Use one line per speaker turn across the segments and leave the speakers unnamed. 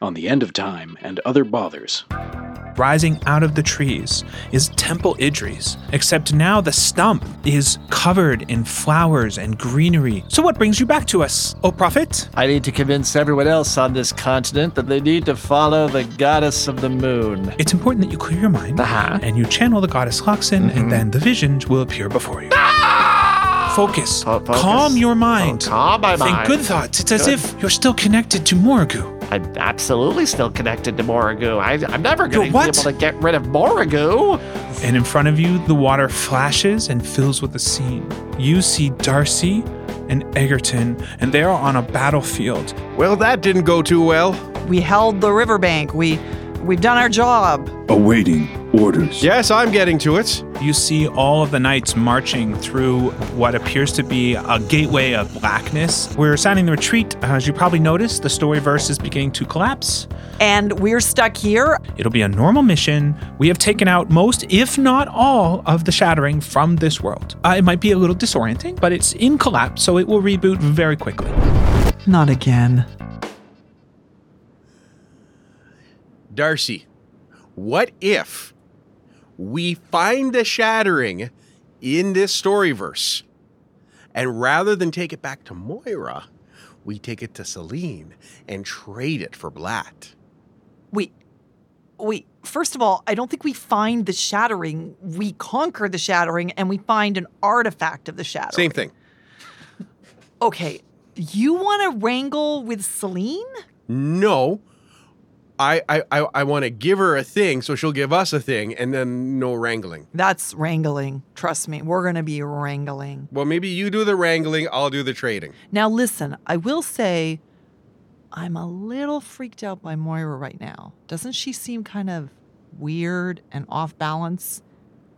on The End of Time and Other Bothers.
rising out of the trees is Temple Idris, except now the stump is covered in flowers and greenery. So, what brings you back to us, O Prophet?
I need to convince everyone else on this continent that they need to follow the goddess of the moon.
It's important that you clear your mind
Uh-huh. Mm-hmm.
and you channel the goddess Loxin, and then the visions will appear before you. Focus.
Ah! Fo- focus.
Calm your mind.
Oh, calm my
Think
mind.
good thoughts. It's as
Good.
if you're still connected to Morgu.
I'm absolutely still connected to Moragoo. I, I'm never
You're
going to be
what?
able to get rid of Moragoo.
And in front of you, the water flashes and fills with the scene. You see Darcy and Egerton, and they are on a battlefield.
Well, that didn't go too well.
We held the riverbank. We we've done our job.
awaiting orders.
Yes, I'm getting to it.
You see all of the knights marching through what appears to be a gateway of blackness. We're sounding the retreat. As you probably noticed, the story verse is beginning to collapse.
And we're stuck here.
It'll be a normal mission. We have taken out most, if not all, of the shattering from this world. Uh, it might be a little disorienting, but it's in collapse, so it will reboot very quickly.
Not again.
Darcy, what if we find the shattering in this storyverse? And rather than take it back to Moira, we take it to Celine and trade it for Blat.
We we first of all, I don't think we find the shattering. We conquer the shattering and we find an artifact of the shattering.
Same thing.
Okay. You want to wrangle with Celine?
No. I I I, I want to give her a thing so she'll give us a thing and then no wrangling.
That's wrangling. Trust me, we're going to be wrangling.
Well, maybe you do the wrangling, I'll do the trading.
Now listen, I will say I'm a little freaked out by Moira right now. Doesn't she seem kind of weird and off balance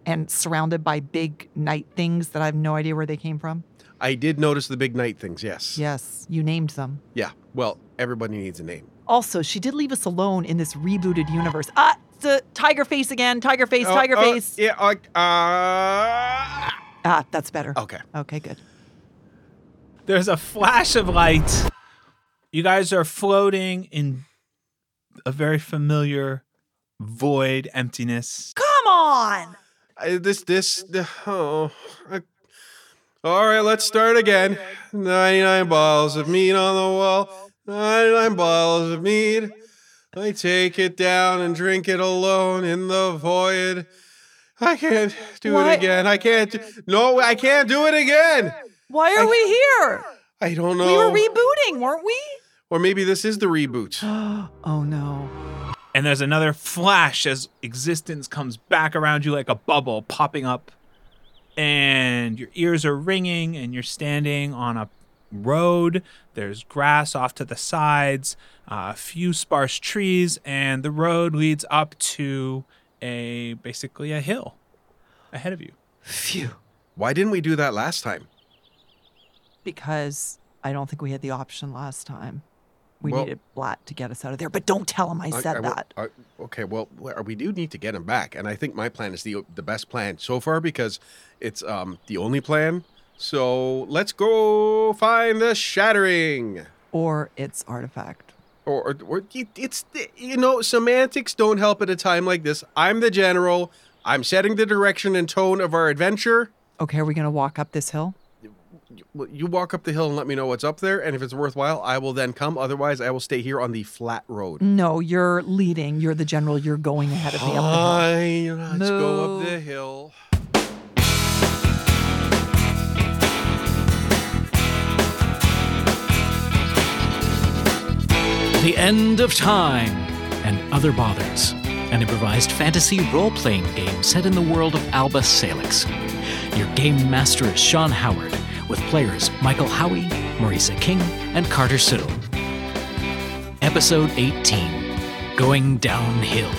and surrounded by big night things that I have no idea where they came from?
I did notice the big night things, yes.
Yes, you named them.
Yeah. Well, everybody needs a name.
Also, she did leave us alone in this rebooted universe. Ah, the tiger face again, tiger face,
Oh,
tiger
oh,
face.
Yeah. uh, I-
Ah, that's better.
uh, okay.
Okay, good.
There's a flash of light. You guys are floating in a very familiar void emptiness.
Come on.
I, this this oh. I- all right, let's start again. Ninety-nine balls of meat on the wall. Ninety-nine balls of meat. I take it down and drink it alone in the void. I can't do
Why-
it again. I can't. do- No, I can't do it again.
Why are we here?
I don't know.
We were rebooting, weren't we?
or maybe this is the reboot.
oh no.
And there's another flash as existence comes back around you like a bubble popping up. And your ears are ringing, and you're standing on a road. There's grass off to the sides, uh, a few sparse trees, and the road leads up to a basically a hill ahead of you.
Phew.
Why didn't we do that last time?
because I don't think we had the option last time. We
Well-
needed Blatt to get us out of there, but don't tell him I said
wa-
that.
I- okay, well, w- we do need to get him back, and I think my plan is the the best plan so far because it's um the only plan. So let's go find the shattering.
or its artifact.
Or, or, or it- it's the- you know semantics don't help at a time like this. I'm the general. I'm setting the direction and tone of our adventure.
Okay, are we going to walk up this hill?
You- well, You walk up the hill and let me know what's up there, and if it's worthwhile, I will then come. Otherwise, I will stay here on the flat road.
No, you're leading. You're the general. You're going ahead of me up the hill.
Fine, let's go up the
Move.
hill.
The End of Time and Other Bothers, an improvised fantasy role playing game set in the world of Alba Salix. Your game master is Sean Howard, with players Michael Howie, Marisa King, and Carter Siddle. Episode 18 Going Downhill.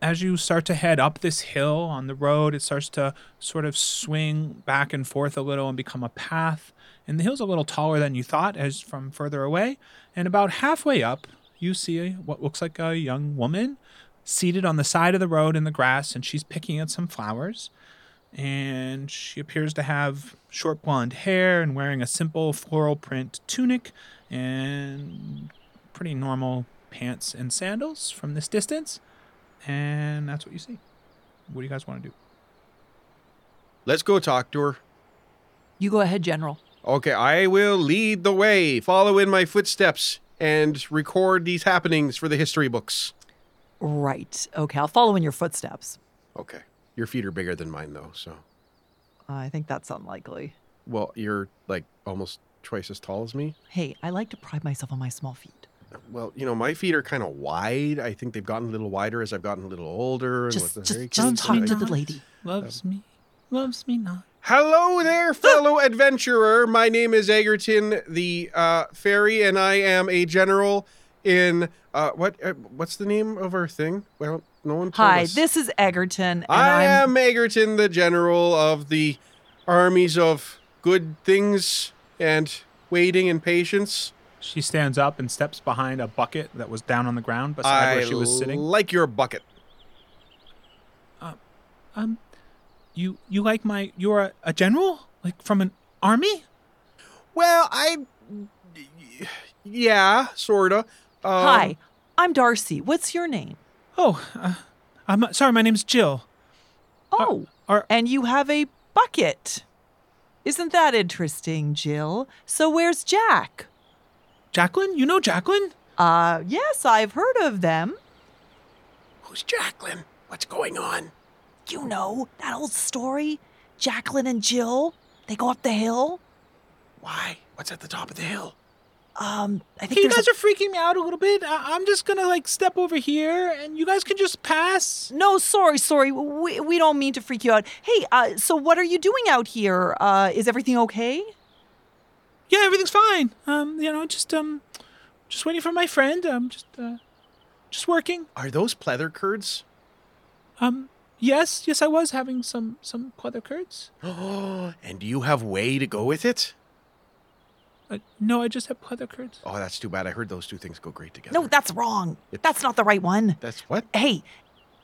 as you start to head up this hill on the road, it starts to sort of swing back and forth a little and become a path. And the hill's a little taller than you thought as from further away. And about halfway up, you see what looks like a young woman seated on the side of the road in the grass, and she's picking at some flowers. And she appears to have short blonde hair and wearing a simple floral print tunic and pretty normal pants and sandals from this distance and that's what you see. What do you guys want to do?
Let's go talk to her.
You go ahead, General.
Okay, I will lead the way, follow in my footsteps, and record these happenings for the history books.
Right. Okay, I'll follow in your footsteps.
Okay. Your feet are bigger than mine, though, so.
I think that's unlikely.
Well, you're like almost twice as tall as me.
Hey, I like to pride myself on my small feet.
Well, you know, my feet are kind of wide. I think they've gotten a little wider as I've gotten a little older. And
Just,
with the
just,
very
just
kids,
talk
I-
to the lady.
Loves me, loves me not.
Hello there, fellow adventurer. My name is Egerton the uh, Fairy, and I am a general in uh, what? Uh, what's the name of our thing? Well, no one. Told
Hi,
us.
this is Egerton. And
I
I'm,
am Egerton the general of the armies of good things and waiting and patience.
She stands up and steps behind a bucket that was down on the ground beside where she was sitting.
like your bucket.
Um, you you like my? You're a, a general, like from an army?
Well, I, yeah, sorta. Um,
Hi, I'm Darcy. What's your name?
Oh, uh, I'm sorry. My name's Jill.
Oh,
are-
and you have a bucket. Isn't that interesting, Jill? So where's Jack?
Jacqueline. You know Jacqueline?
Uh, yes, I've heard of them.
Who's Jacqueline? What's going on?
You know, that old story. Jacqueline and Jill, they go up the hill.
Why? What's at the top of the hill?
Um, I think
Hey, you
there's
guys
a-
are freaking me out a little bit. I- I'm just gonna like step over here, and you guys can just pass.
No, sorry, sorry. We, we don't mean to freak you out. Hey, uh, so what are you doing out here? Uh, is everything okay?
Yeah, everything's fine. Um, you know, just um, just waiting for my friend. Um, just uh, just working.
Are those pleather curds?
Um, yes, yes, I was having some some pleather curds.
Oh, and do you have way to go with it?
Uh, no, I just had pleather curds.
Oh, that's too bad. I heard those two things go great together.
No, that's wrong.
It's-
That's not the right one.
that's what?
Hey,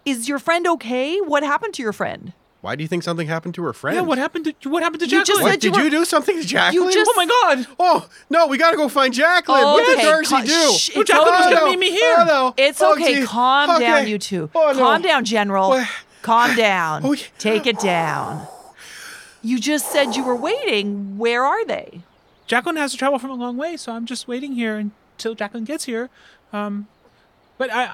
is your friend okay? What happened to your friend?
Why do you think something happened to her friend?
Yeah, what happened to what happened to
You just
Jacqueline?
What?
said you
Did
were-
you do something to Jacqueline?
just-
oh my God!
Oh no, we gotta go find Jacqueline. what did
Okay,
Darcy
ca-
do?
shh,
No,
it's
Jacqueline was
okay.
gonna meet me here.
Oh, no.
It's
Oh,
okay.
gee.
Calm down,
Okay.
you two.
Oh, no.
Calm down, General.
What?
Calm down.
Oh, yeah.
Take it down. You just said you were waiting. Where are they?
Jacqueline has to travel from a long way, so I'm just waiting here until Jacqueline gets here. Um, but I,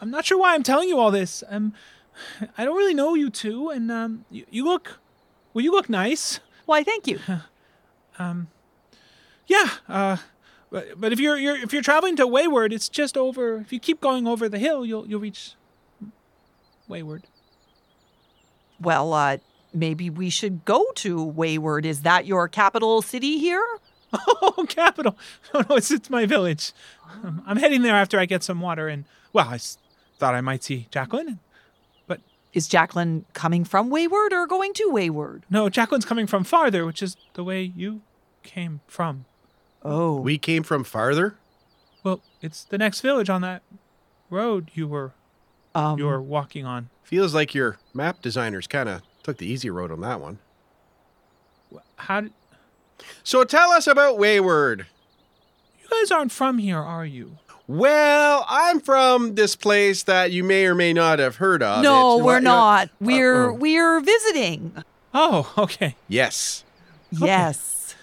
I'm not sure why I'm telling you all this. Um, I don't really know you two, and um, you, you look, well, you look nice. Um,
Why, thank you.
Yeah. Uh, but, but if you're, you're if you're traveling to Wayward, it's just over. If you keep going over the hill, you'll you'll reach Wayward.
Well, uh, maybe we should go to Wayward. Is that your capital city here?
Oh, capital! No, no, it's it's my village.
Oh.
Um, I'm heading there after I get some water and. Well, I s- thought I might see Jacqueline.
Is Jacqueline coming from Wayward or going to Wayward?
No, Jacqueline's coming from farther, which is the way you came from.
Oh,
We came from farther.
Well, it's the next village on that road you were
um,
you were walking on.
Feels like your map designers kind of took the easy road on that one.
How did,
So tell us about Wayward.
you guys aren't from here, are you?
Well, I'm from this place that you may or may not have heard of.
no,
It's-
we're
uh,
not. We're
oh.
we're visiting.
Oh, okay.
Yes.
Yes.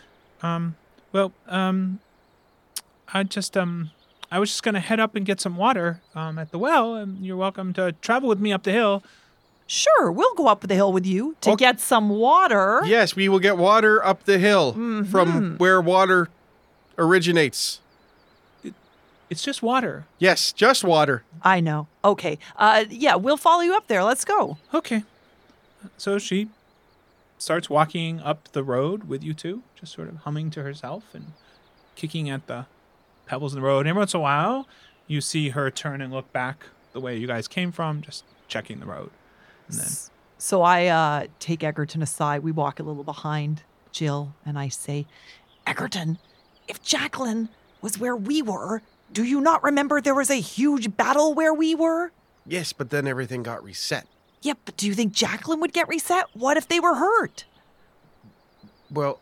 Um, well, um, I just um, I was just gonna head up and get some water um at the well, and you're welcome to travel with me up the hill.
Sure, we'll go up the hill with you to
Okay.
get some water.
Yes, we will get water up the hill
Mhm.
from where water originates.
It's just water.
Yes, just water.
I know. Okay. Uh, yeah, we'll follow you up there. Let's go.
Okay. So she starts walking up the road with you two, just sort of humming to herself and kicking at the pebbles in the road. And every once in a while, you see her turn and look back the way you guys came from, just checking the road. And then,
S- So I uh, take Egerton aside. We walk a little behind Jill, and I say, Egerton, if Jacqueline was where we were, do you not remember there was a huge battle where we were?
Yes, but then everything got reset.
Yep, but do you think Jacqueline would get reset? What if they were hurt?
Well,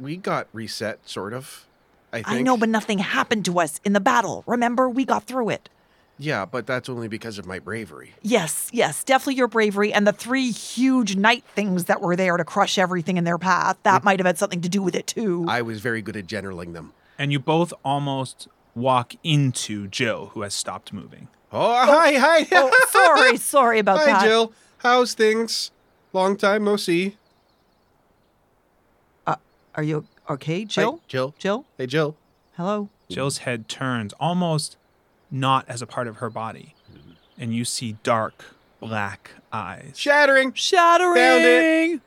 we got reset, sort of. I think.
I know, but nothing happened to us in the battle. Remember, we got through it.
yeah, but that's only because of my bravery.
Yes, yes, definitely your bravery and the three huge night things that were there to crush everything in their path. That
Mm.
might have had something to do with it too.
I was very good at generaling them.
and you both almost walk into Jill, who has stopped moving.
Oh, hi, hi.
oh, sorry, sorry about
hi,
that.
Jill. How's things? Long time no see.
Are you okay,
Hi,
Jill?
Jill.
Jill?
Hey, Jill.
Hello?
Jill's head turns almost not as a part of her body, and you see dark black eyes.
Shattering.
Shattering!
Found it.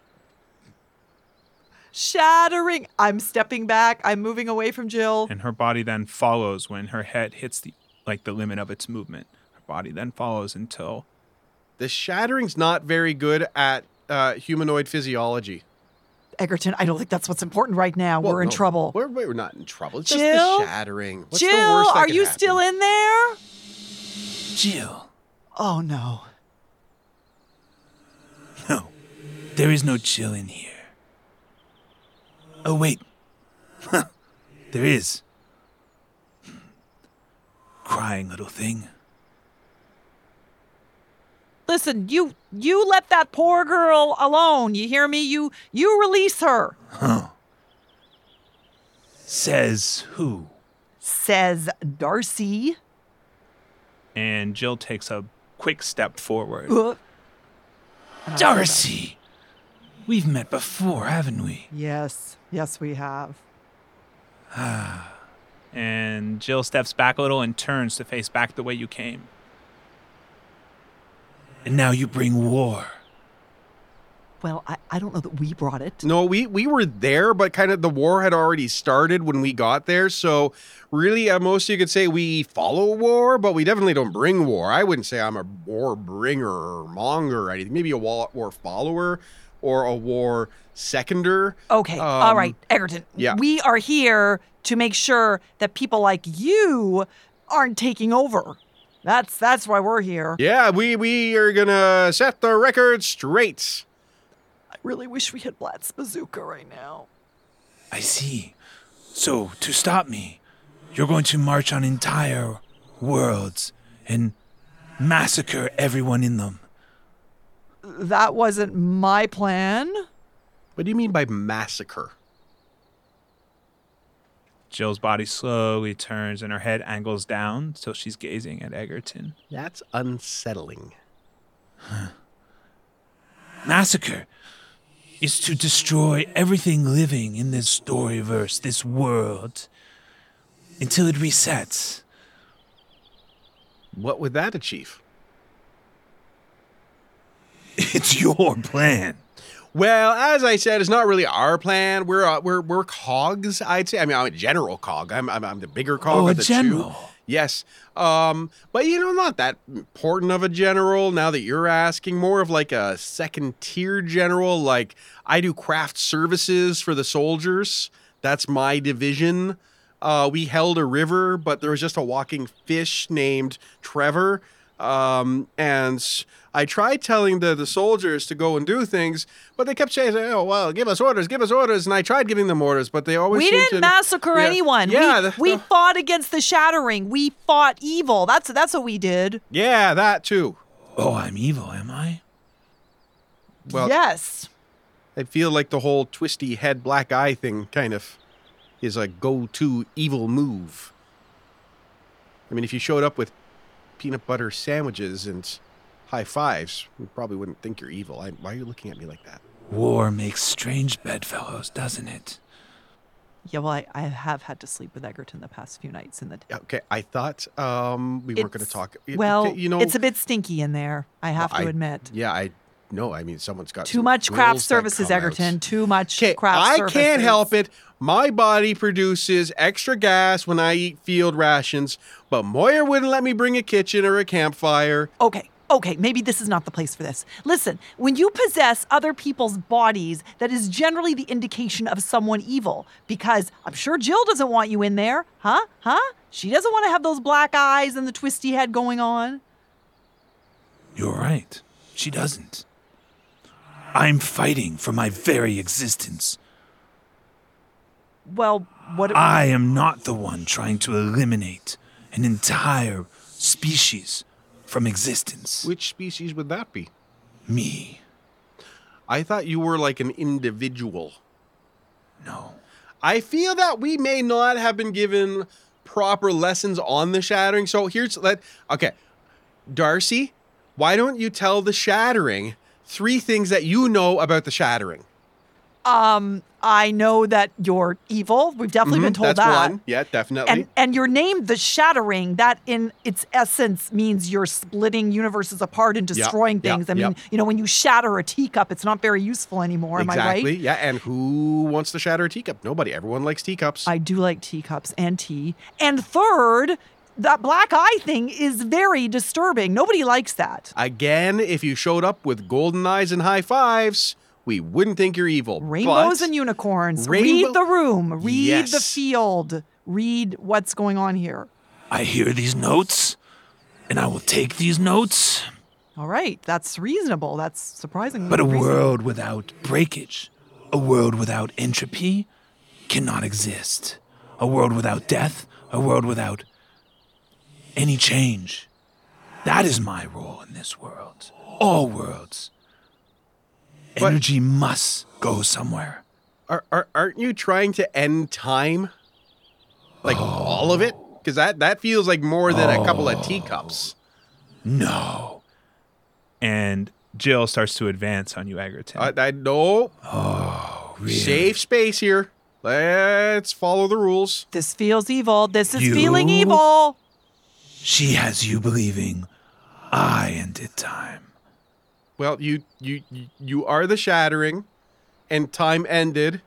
Shattering! I'm stepping back. I'm moving away from Jill.
and her body then follows when her head hits the like the limit of its movement. Her body then follows until
The shattering's not very good at uh, humanoid physiology.
Egerton, I don't think that's what's important right now.
Well,
we're in
no,
trouble.
We're, we're not in trouble. It's just
Jill?
the shattering. What's
Jill,
the worst that
are
can
you
happen?
still in there?
Jill.
Oh no.
No. There is no Jill in here. Oh, wait. there is. Crying little thing.
Listen, you you let that poor girl alone. You hear me? You you release her.
Says who?
Says Darcy.
and Jill takes a quick step forward.
Uh,
Darcy! We've met before, haven't we?
Yes, yes, we have.
And Jill steps back a little and turns to face back the way you came.
And now you bring war.
Well, I, I don't know that we brought it.
No, we we were there, but kind of the war had already started when we got there. So really, at most you could say we follow war, but we definitely don't bring war. I wouldn't say I'm a war bringer or monger or anything. Maybe a wa- war follower or a war seconder.
Okay, all
Um,
right, Egerton.
yeah.
We are here to make sure that people like you aren't taking over. That's that's why we're here.
Yeah, we we are gonna set the record straight.
I really wish we had Blat's bazooka right now.
I see. So, to stop me, you're going to march on entire worlds and massacre everyone in them.
That wasn't my plan.
What do you mean by massacre?
Jill's body slowly turns and her head angles down till she's gazing at Egerton.
That's unsettling.
Massacre is to destroy everything living in this storyverse, this world, until it resets.
What would that achieve?
It's your plan.
Well, as I said, it's not really our plan. We're uh, we're we're cogs. I'd say. I mean, I'm a general cog. I'm I'm, I'm the bigger cog
Oh,
of
a
the
general.
two. Yes. Um, but you know, not that important of a general. Now that you're asking, more of like a second tier general. Like I do craft services for the soldiers. That's my division. Uh, we held a river, but there was just a walking fish named Trevor. Um, and s- I tried telling the, the soldiers to go and do things, but they kept saying, oh, well, give us orders, give us orders. And I tried giving them orders, but they always
we
seemed
didn't
to-
massacre
Yeah.
anyone.
Yeah,
we,
the-
we fought against the shattering. We fought evil. That's that's what we did.
yeah, that too.
Oh, I'm evil, am I?
Well,
yes.
I feel like the whole twisty head, black eye thing kind of is a go to evil move. I mean, if you showed up with peanut butter sandwiches and high fives, you probably wouldn't think you're evil. I, why are you looking at me like that?
War makes strange bedfellows, doesn't it?
Yeah, well, I, I have had to sleep with Egerton the past few nights in the
Yeah, Okay, I thought um we weren't going to
It's-
talk. y-
Well,
okay, you know,
it's a bit stinky in there. I have
I-
to admit.
yeah, I no, I mean someone's got
Too
some
much craft
grills that
services,
come out.
Egerton. Too much
Okay,
craft
I
services.
can't help it. My body produces extra gas when I eat field rations, but Moyer wouldn't let me bring a kitchen or a campfire.
Okay, okay, maybe this is not the place for this. Listen, when you possess other people's bodies, that is generally the indication of someone evil because I'm sure Jill doesn't want you in there. Huh? Huh? She doesn't want to have those black eyes and the twisty head going on.
You're right. She doesn't. I'm fighting for my very existence.
Well, what
I am not the one trying to eliminate an entire species from existence.
Which species would that be?
Me.
I thought you were like an individual.
No.
I feel that we may not have been given proper lessons on the shattering. So here's let okay. Darcy, why don't you tell the shattering three things that you know about the shattering?
um I know that you're evil. We've definitely been
Mhm,
told
That's
that.
one. Yeah, definitely.
and and your name the shattering that in its essence means you're splitting universes apart and
Yeah,
destroying
yeah,
things i
yeah.
mean you know when you shatter a teacup it's not very useful anymore am i
exactly.
right
Yeah, and who wants to shatter a teacup? Nobody. Everyone likes teacups.
i do like teacups and tea and third that black eye thing is very disturbing nobody likes that
Again, if you showed up with golden eyes and high fives, we wouldn't think you're evil.
rainbows
but
and unicorns
Rainbow-
read the room read the
Yes.
field read what's going on here
I hear these notes, and I will take these notes,
all right that's reasonable that's surprisingly
but a
reasonable.
world without breakage, a world without entropy, cannot exist. A world without death, a world without any change. That is my role in this world. All worlds.
But-
Energy must go somewhere.
are, are, aren't you trying to end time? Like all of it? Because that, that feels like more than a couple of teacups.
No.
And Jill starts to advance on you, Egerton. Oh,
I, I no
Really.
safe space here. Let's follow the rules.
this feels evil this is
You-
feeling evil
She has you believing I ended time.
Well, you you you are the shattering, and time ended,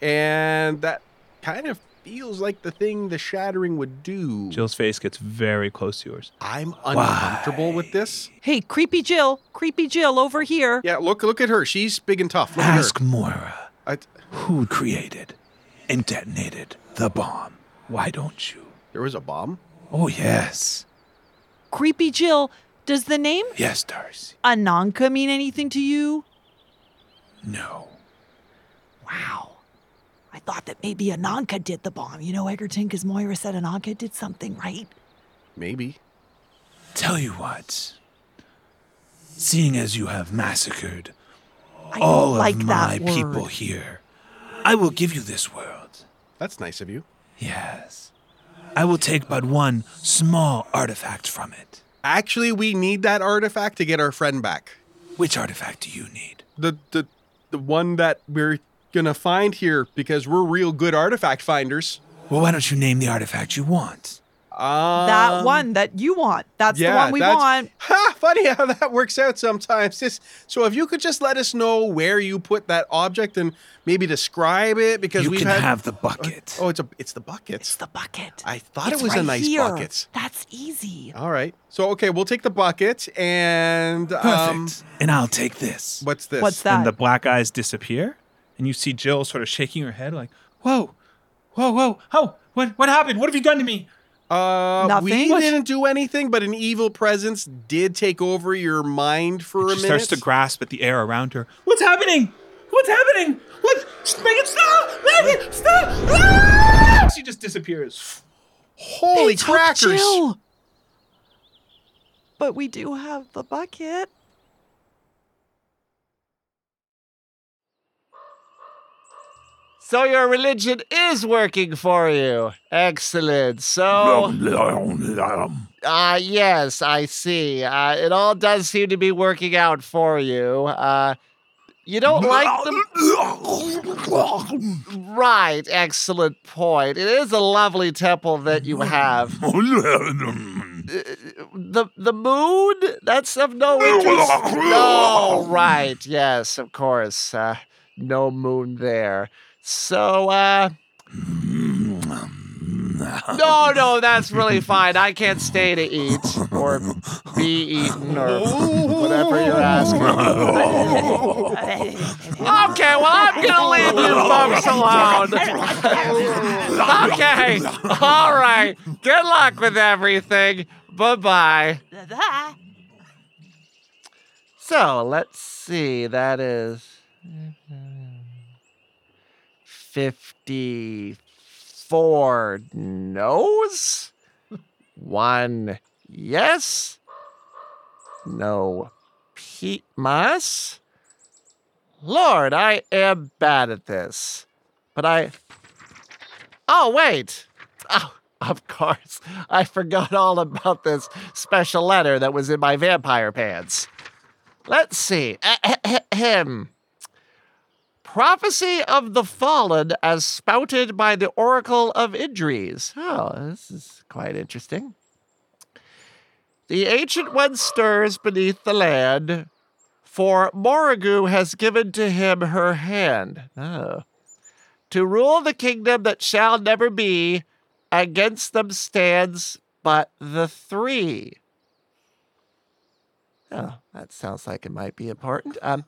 and that kind of feels like the thing the shattering would do.
Jill's face gets very close to yours.
I'm uncomfortable with this.
Hey, creepy Jill, creepy Jill over here.
Yeah, look look at her. She's big and tough. Look
Ask
at her.
Moira
I,
who created and detonated the bomb. Why don't you?
there was a bomb.
Oh, yes.
Creepy Jill, does the name
Yes, Darcy.
Ananka mean anything to you?
No.
Wow. I thought that maybe Ananka did the bomb. You know, Egerton, because Moira said Ananka did something, right?
Maybe.
Tell you what. Seeing as you have massacred
I
all
don't like
of my
that word.
people here, I will give you this world.
That's nice of you.
Yes. I will take but one small artifact from it.
Actually, we need that artifact to get our friend back.
Which artifact do you need?
The the the one that we're gonna find here because we're real good artifact finders.
Well, why don't you name the artifact you want?
Um,
That one that you want. That's the one we
that's-
want.
Ha! Funny how that works out sometimes. Just, so if you could just let us know where you put that object and maybe describe it, because
You
we've
can
had.
have the bucket.
oh, it's a it's the bucket.
It's the bucket.
I thought
It's
it was a
right
nice
here.
bucket.
That's easy.
All right. So okay, we'll take the bucket and
Perfect.
um,
and I'll take this.
what's this?
What's that?
And the black eyes disappear, and you see Jill sort of shaking her head, like, "Whoa, whoa, whoa! Oh, what, what happened? What have you done to me?"
Uh, We
Nothing? What?
didn't do anything, but an evil presence did take over your mind for
And
a
she
minute.
starts to grasp at the air around her. What's happening? What's happening? What? Make it stop! Make it stop! Ah! She just disappears.
They
Holy
took
crackers!
Jill. But we do have the bucket.
So your religion is working for you. Excellent. So, uh, yes, I see. Uh, it all does seem to be working out for you. Uh, You don't like them? Right, excellent point. It is a lovely temple that you have. The the moon? That's of no interest. No, right, yes, of course. Uh, no moon there. So, uh, no, no, that's really fine. I can't stay to eat or be eaten or whatever you're asking. Okay, well, I'm gonna leave you folks alone. okay, all right. Good luck with everything. Bye bye. So let's see. That is 54 no's, one yes, no Pete Mas. Lord, I am bad at this. But I. Oh, wait. Oh, of course. I forgot all about this special letter that was in my vampire pants. Let's see. Ahem. Prophecy of the Fallen as spouted by the Oracle of Idris. Oh, this is quite interesting. The Ancient One stirs beneath the land, for Morrigu has given to him her hand. Oh. To rule the kingdom that shall never be, against them stands but the three. Oh, that sounds like it might be important. Um,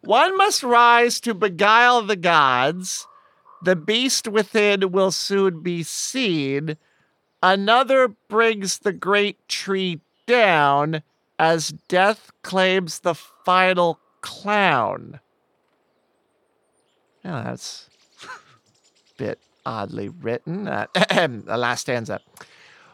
one must rise to beguile the gods. The beast within will soon be seen. Another brings the great tree down as death claims the final clown. Now that's a bit oddly written. Uh, the last stanza.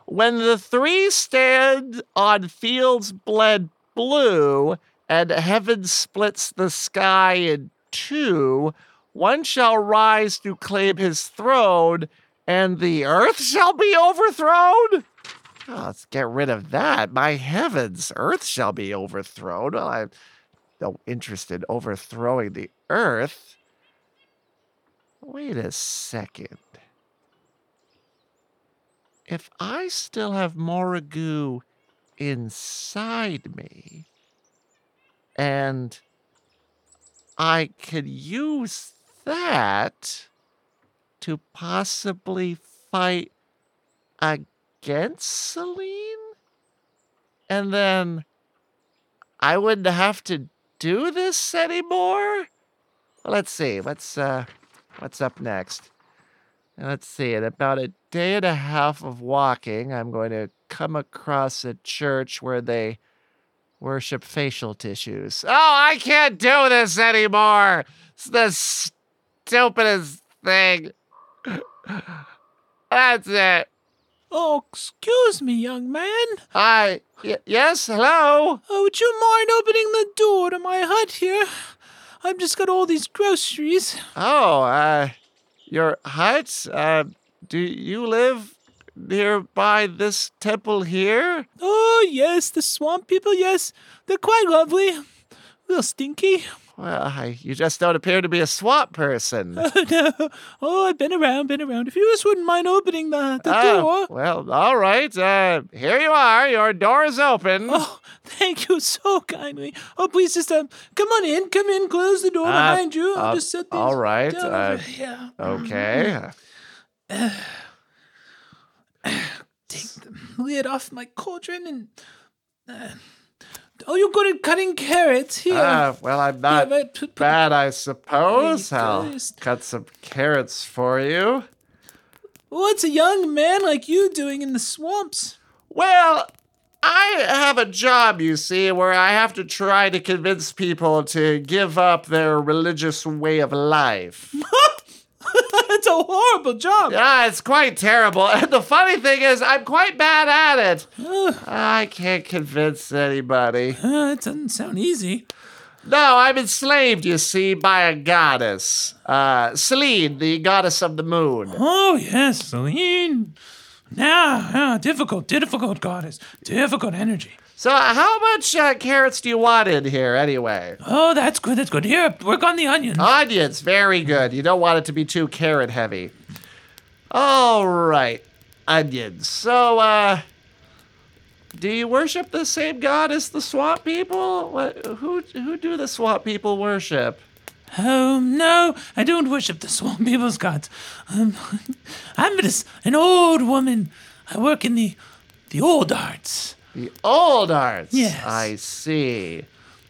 When the three stand on fields bled blue and heaven splits the sky in two, one shall rise to claim his throne and the earth shall be overthrown? Oh, let's get rid of that. My heavens, earth shall be overthrown. Well, I'm no interest in overthrowing the earth. Wait a second. If I still have Moragoo inside me, and I could use that to possibly fight against Celine? And then I wouldn't have to do this anymore? Well, let's see. What's uh what's up next? Let's see. In about a day and a half of walking, I'm going to come across a church where they worship facial tissues. Oh, I can't do this anymore. It's the stupidest thing. That's it.
Oh, excuse me, young man.
I y- yes, hello.
Oh, would you mind opening the door to my hut here? I've just got all these groceries.
Oh, uh, your hut. Uh, do you live nearby this temple here?
Oh, yes, the swamp people, yes. They're quite lovely. A little stinky.
Well, I, you just don't appear to be a swamp person.
Oh, no. Oh, I've been around, been around. If you just wouldn't mind opening the, the
Ah.
Oh,
door.
well, all right. Uh, here you are. Your door is open.
Oh, thank you so kindly. Oh, please just um, come on in, come in, close the door
Uh,
behind you. I'll
uh,
just set these
all right,
down
uh,
over- Mm-hmm. yeah.
Okay.
Take the lid off my cauldron and. Uh, oh, you're good at cutting carrots here.
Uh, well, I'm
Yeah,
not
but put- put-
bad, I suppose.
There you go.
I'll cut some carrots for you.
What's a young man like you doing in the swamps?
Well, I have a job, you see, where I have to try to convince people to give up their religious way of life.
That's a horrible job.
Ah, it's quite terrible. And the funny thing is, I'm quite bad at it.
Ugh.
I can't convince anybody.
Uh, it doesn't sound easy.
No, I'm enslaved, you see, by a goddess. Uh, Selene, the goddess of the moon.
Oh yes, Celine. Now, difficult, difficult goddess, difficult energy.
So, uh, how much uh, carrots do you want in here anyway?
Oh, that's good. That's good. Here, work on the onion.
Onions, very good. You don't want it to be too carrot heavy. All right, onions. So, uh, do you worship the same god as the swamp people? What, who who do the swamp people worship?
Oh no, I don't worship the swamp people's gods. Um, I'm just an old woman. I work in the the old arts.
The old arts.
Yes.
I see.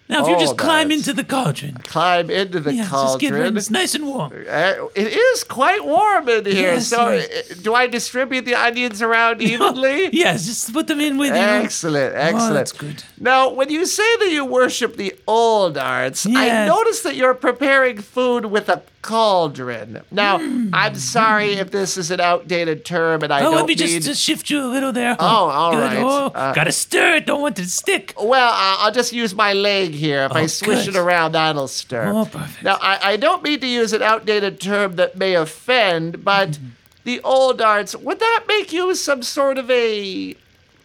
Now, if you just
Old
climb
arts.
into the cauldron,
Climb into the
yeah, just get
cauldron.
in. It's nice and warm.
Uh, it is quite warm in here.
Yes,
so,
yes.
uh, do I distribute the onions around evenly?
Yes, just put them in with you.
Excellent, excellent.
Oh, that's good.
Now, when you say that you worship the old arts, I
Yes.
notice that you're preparing food with a cauldron. Now, I'm sorry if this is an outdated term, and I
Hmm. oh,
don't
let me
mean.
just, just shift you a little there.
Oh, all
good.
right.
Oh,
Uh,
gotta stir it. Don't want it to stick.
Well, I- I'll just use my leg here. If I
Oh,
swish
good.
it around, that'll stir.
Oh, perfect.
Now, I, I don't mean to use an outdated term that may offend, but
Mm-hmm.
the old arts, would that make you some sort of a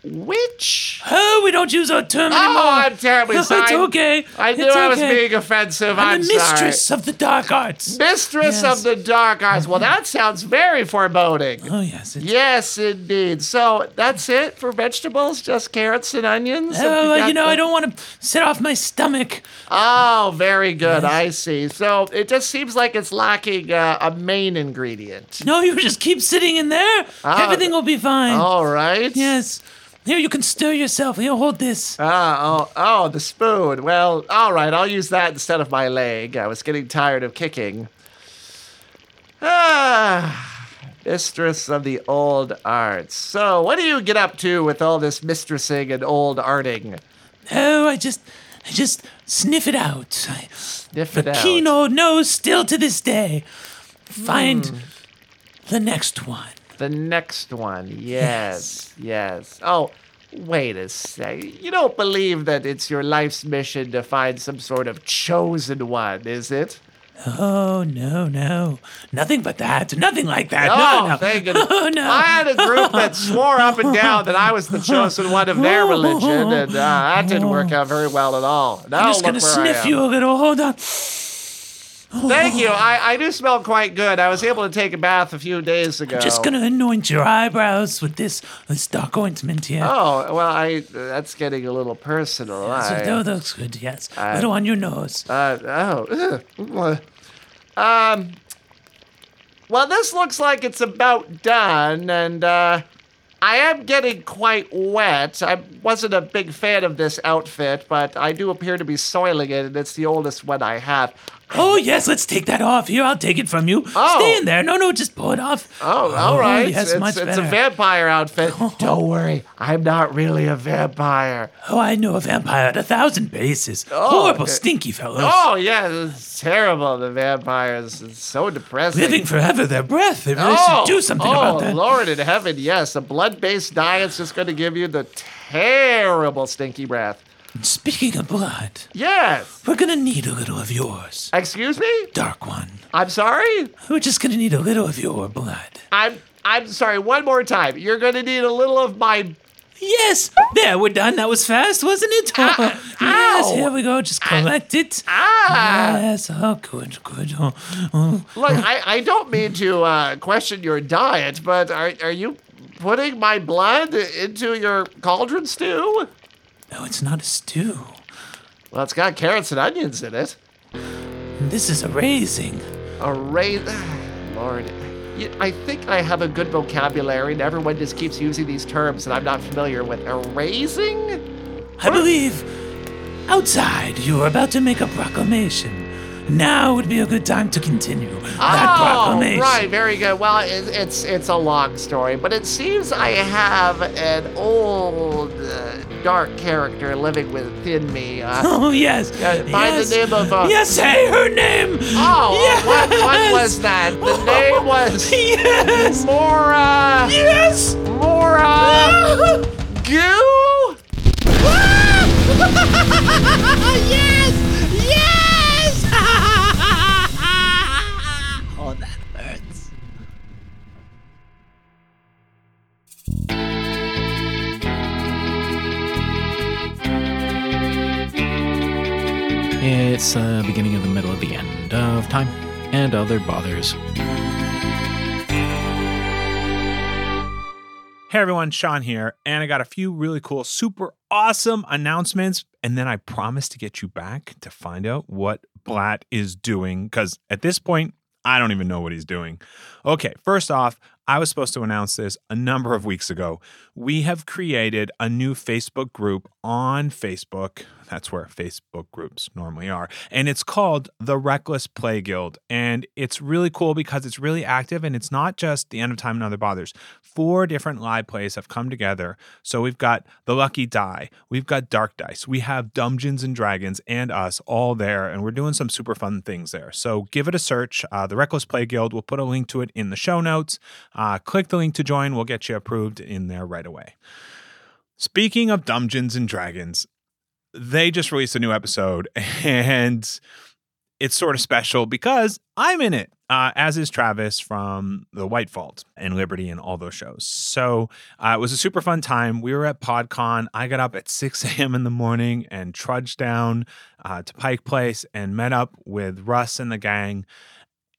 witch?
Oh, we don't use our term anymore.
Oh, I'm terribly sorry.
it's okay.
I knew
It's
I was
okay.
being offensive.
I'm
I'm,
the
sorry.
mistress of the dark arts.
Mistress
Yes.
of the dark arts. Well, that sounds very foreboding.
Oh yes. it's-
Yes, indeed. So that's it for vegetables, just carrots and onions. Have
Oh, well,
got
you know, I
the-
don't want to set off my stomach.
Oh, very good. I see. So it just seems like it's lacking uh, a main ingredient.
No, you just keep sitting in there.
Ah,
Everything will be fine.
All right.
Yes. Here, you can stir yourself. Here, hold this.
Ah, oh, oh, the spoon. Well, all right, I'll use that instead of my leg. I was getting tired of kicking. Ah, mistress of the old arts. So, what do you get up to with all this mistressing and old arting?
Oh, I just, I just sniff it out. I,
Sniff it
the
out.
keen old nose still to this day. Find
Hmm.
the next one.
The next one. Yes, yes. Oh, wait a sec. You don't believe that it's your life's mission to find some sort of chosen one, is it?
Oh no, no, nothing but that. Nothing like that.
Oh,
no, no.
thank goodness.
Oh no.
I had a group that swore up and down that I was the chosen one of their religion, and uh, that didn't work out very well at all. Now
I'm just
look
gonna
where I
sniff
am.
you a little. Hold on. Oh.
Thank you. I, I do smell quite good. I was able to take a bath a few days ago.
Just gonna anoint your eyebrows with this this dark ointment here.
Oh well, I that's getting a little personal.
So
I-
that looks good, yes. Little on your nose.
Uh, oh. ugh. Um. Well, this looks like it's about done, and uh, I am getting quite wet. I wasn't a big fan of this outfit, but I do appear to be soiling it, and it's the oldest one I have.
oh, yes, let's take that off. Here, I'll take it from you.
Oh.
Stay in there. No, no, just pull it off.
Oh, all right.
Yes,
it's
much
it's
better.
a vampire outfit. Don't worry, I'm not really a vampire.
oh, I know a vampire at a thousand paces. Horrible, stinky fellows.
Oh, yeah, it's terrible, the vampires. It's so depressing.
Living forever, their breath. They really should do something
oh,
about that.
Lord in heaven, yes. A blood based diet's just going to give you the terrible stinky breath.
Speaking of blood,
Yes.
we're going to need a little of yours,
Excuse me?
Dark One.
I'm sorry?
We're just going to need a little of your blood.
I'm I'm sorry. One more time. You're going to need a little of my.
Yes, there, we're done. That was fast, wasn't it? yes,
Ah, ow.
here we go. Just collect it.
Ah!
Yes, oh, good, good. Oh, oh.
Look, I, I don't mean to uh, question your diet, but are, are you putting my blood into your cauldron stew?
No, Oh, it's not a stew.
Well, it's got carrots and onions in it.
This is a raising.
A raise. Lord. Y- I think I have a good vocabulary, and everyone just keeps using these terms that I'm not familiar with. Erasing?
I believe outside you were about to make a proclamation. Now would be a good time to continue that
oh,
proclamation.
right, very good. Well, it, it's it's a long story, but it seems I have an old uh, dark character living within me. Uh,
Oh, yes.
Uh, by the
yes.
name of, uh,
Yes, say her name!
oh,
yes.
what, what was that?
Oh,
The name was
Yes!
Mora.
Yes!
Mora. Goo.
yes! Yes!
Oh, that hurts.
It's uh, beginning of the middle of the end of time and other bothers.
Hey everyone, Sean here, and I got a few really cool, super awesome announcements. And then I promise to get you back to find out what Blatt is doing, because at this point, I don't even know what he's doing. Okay, first off, I was supposed to announce this a number of weeks ago. We have created a new Facebook group on Facebook. That's where Facebook groups normally are. And it's called the Reckless Play Guild. And it's really cool because it's really active and it's not just the end of time and other bothers four different live plays have come together. So we've got the Lucky Die, we've got Dark Dice, we have Dungeons and Dragons, and us all there, and we're doing some super fun things there. So give it a search. Uh, the Reckless Play Guild. We'll put a link to it in the show notes. Uh, click the link to join. We'll get you approved in there right away. Speaking of Dungeons and Dragons, they just released a new episode, and it's sort of special because I'm in it, uh, as is Travis from The White Vault and Liberty and all those shows. So uh, it was a super fun time. We were at PodCon. I got up at 6 a.m. in the morning and trudged down uh, to Pike Place and met up with Russ and the gang.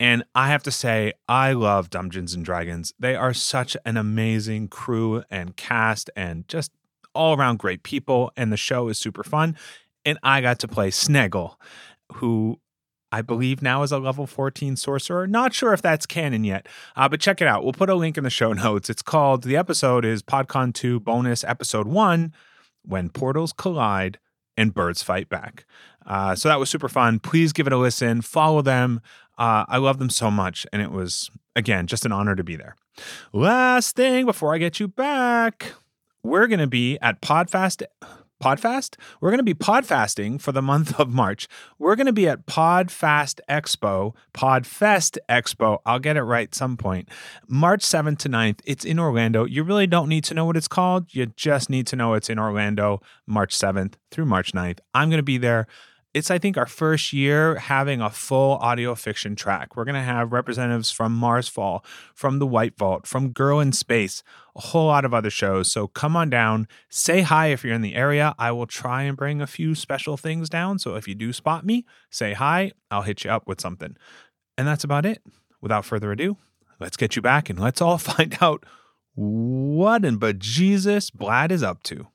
And I have to say, I love Dungeons and Dragons. They are such an amazing crew and cast and just all around great people. And the show is super fun. And I got to play Sneggle, who I believe now is a level 14 sorcerer. Not sure if that's canon yet, uh, but check it out. We'll put a link in the show notes. It's called the episode is PodCon 2 Bonus Episode 1 When Portals Collide and Birds Fight Back. Uh, so that was super fun. Please give it a listen, follow them. Uh, I love them so much. And it was, again, just an honor to be there. Last thing before I get you back, we're going to be at PodFest. Podfast? We're going to be podfasting for the month of March. We're going to be at Podfast Expo, Podfest Expo. I'll get it right some point. March 7th to 9th. It's in Orlando. You really don't need to know what it's called. You just need to know it's in Orlando, March 7th through March 9th. I'm going to be there. It's, I think, our first year having a full audio fiction track. We're going to have representatives from Marsfall, from The White Vault, from Girl in Space, a whole lot of other shows. So come on down, say hi if you're in the area. I will try and bring a few special things down. So if you do spot me, say hi. I'll hit you up with something. And that's about it. Without further ado, let's get you back and let's all find out what in bejesus Blad is up to.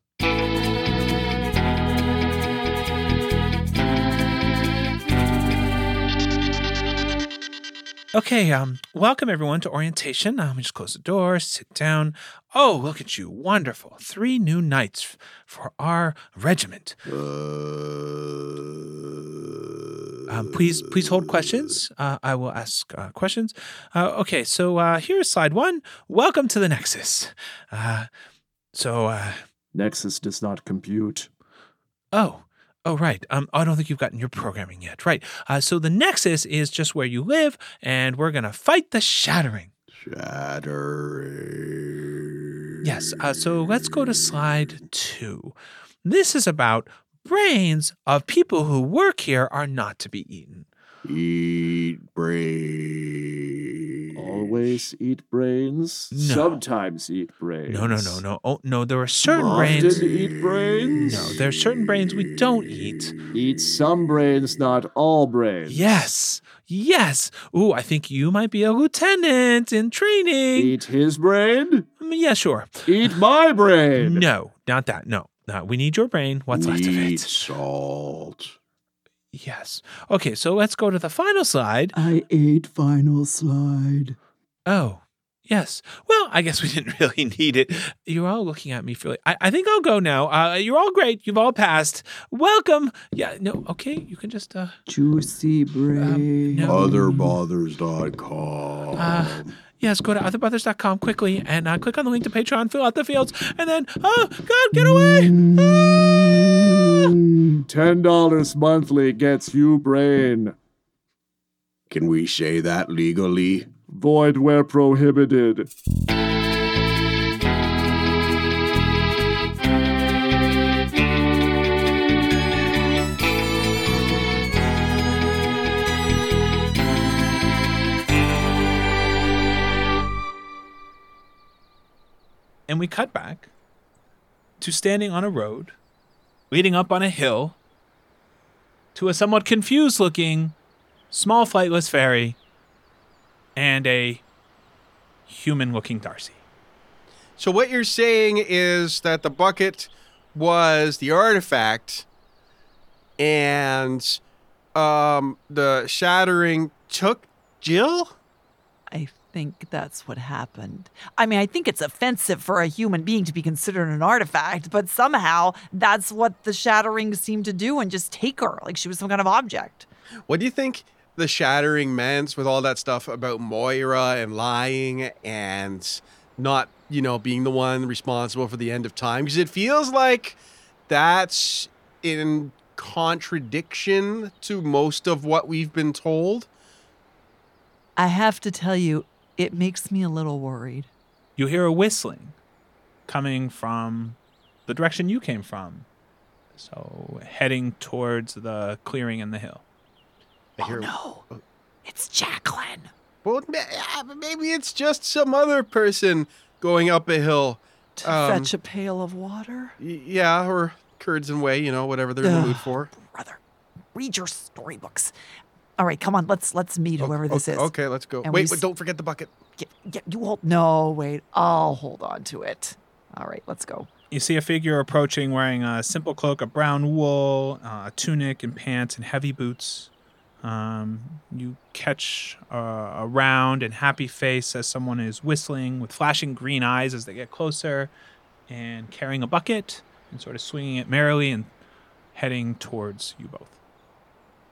Okay, um, welcome everyone to orientation. Uh, Let me just close the door, sit down. Oh, look at you. Wonderful. Three new knights f- for our regiment. Um, please, please hold questions. Uh, I will ask uh, questions. Uh, okay, so uh, here's slide one. Welcome to the Nexus. Uh, so, uh,
Nexus does not compute.
Oh, oh, right. Um, I don't think you've gotten your programming yet. Right. Uh, so the Nexus is just where you live, and we're gonna fight the Shattering. Shattering. Yes. Uh, so let's go to slide two. This is about brains of people who work here are not to be eaten.
Eat brains. Always eat brains.
No.
Sometimes eat brains.
No, no, no, no. Oh, no. There are certain
Often
brains.
eat brains.
No, there are certain brains we don't eat.
Eat some brains, not all brains.
Yes. Yes. Ooh, I think you might be a lieutenant in training.
Eat his brain.
Mm, Yeah, sure.
Eat my brain.
No, not that. No, no. We need your brain. What's left of
Eat
it?
salt.
Yes. Okay, so let's go to the final slide.
I ate final slide.
Oh, yes. Well, I guess we didn't really need it. You're all looking at me fairly. I, I think I'll go now. Uh, you're all great. You've all passed. Welcome. Yeah. No. Okay. You can just. Uh,
Juicy brain.
no.
Otherbothers.com.
Uh, yes. Go to otherbrothers.com quickly and uh, click on the link to Patreon. Fill out the fields, and then. Oh God! Get away! Ah!
Ten dollars monthly gets you brain.
Can we say that legally?
Void where prohibited.
And we cut back to standing on a road leading up on a hill to a somewhat confused looking small flightless fairy and a human looking Darcy.
So what you're saying is that the bucket was the artifact, and um, the shattering took Jill.
I think that's what happened. I mean, I think it's offensive for a human being to be considered an artifact, but somehow that's what the shattering seemed to do and just take her like she was some kind of object.
What do you think the shattering meant with all that stuff about Moira and lying and not, you know, being the one responsible for the end of time? Because it feels like that's in contradiction to most of what we've been told.
I have to tell you, it makes me a little worried.
You hear a whistling coming from the direction you came from. So heading towards the clearing in the hill.
I hear-
Oh, No, it's Jacqueline.
Well, ma- ah, maybe it's just some other person going up a hill.
To
Um,
Fetch a pail of water.
yeah, or curds and whey, you know, whatever they're in the mood
Ugh,
for.
Brother, read your storybooks. All right, come on, let's let's meet whoever this
okay,
is.
okay, let's go.
And we
wait, wait,
s-
don't forget the bucket.
Yeah, yeah, you hold. No, wait. I'll hold on to it. All right, let's go.
You see a figure approaching wearing a simple cloak of brown wool, uh, a tunic and pants, and heavy boots. Um, you catch uh, a round and happy face as someone is whistling with flashing green eyes as they get closer and carrying a bucket and sort of swinging it merrily and heading towards you both.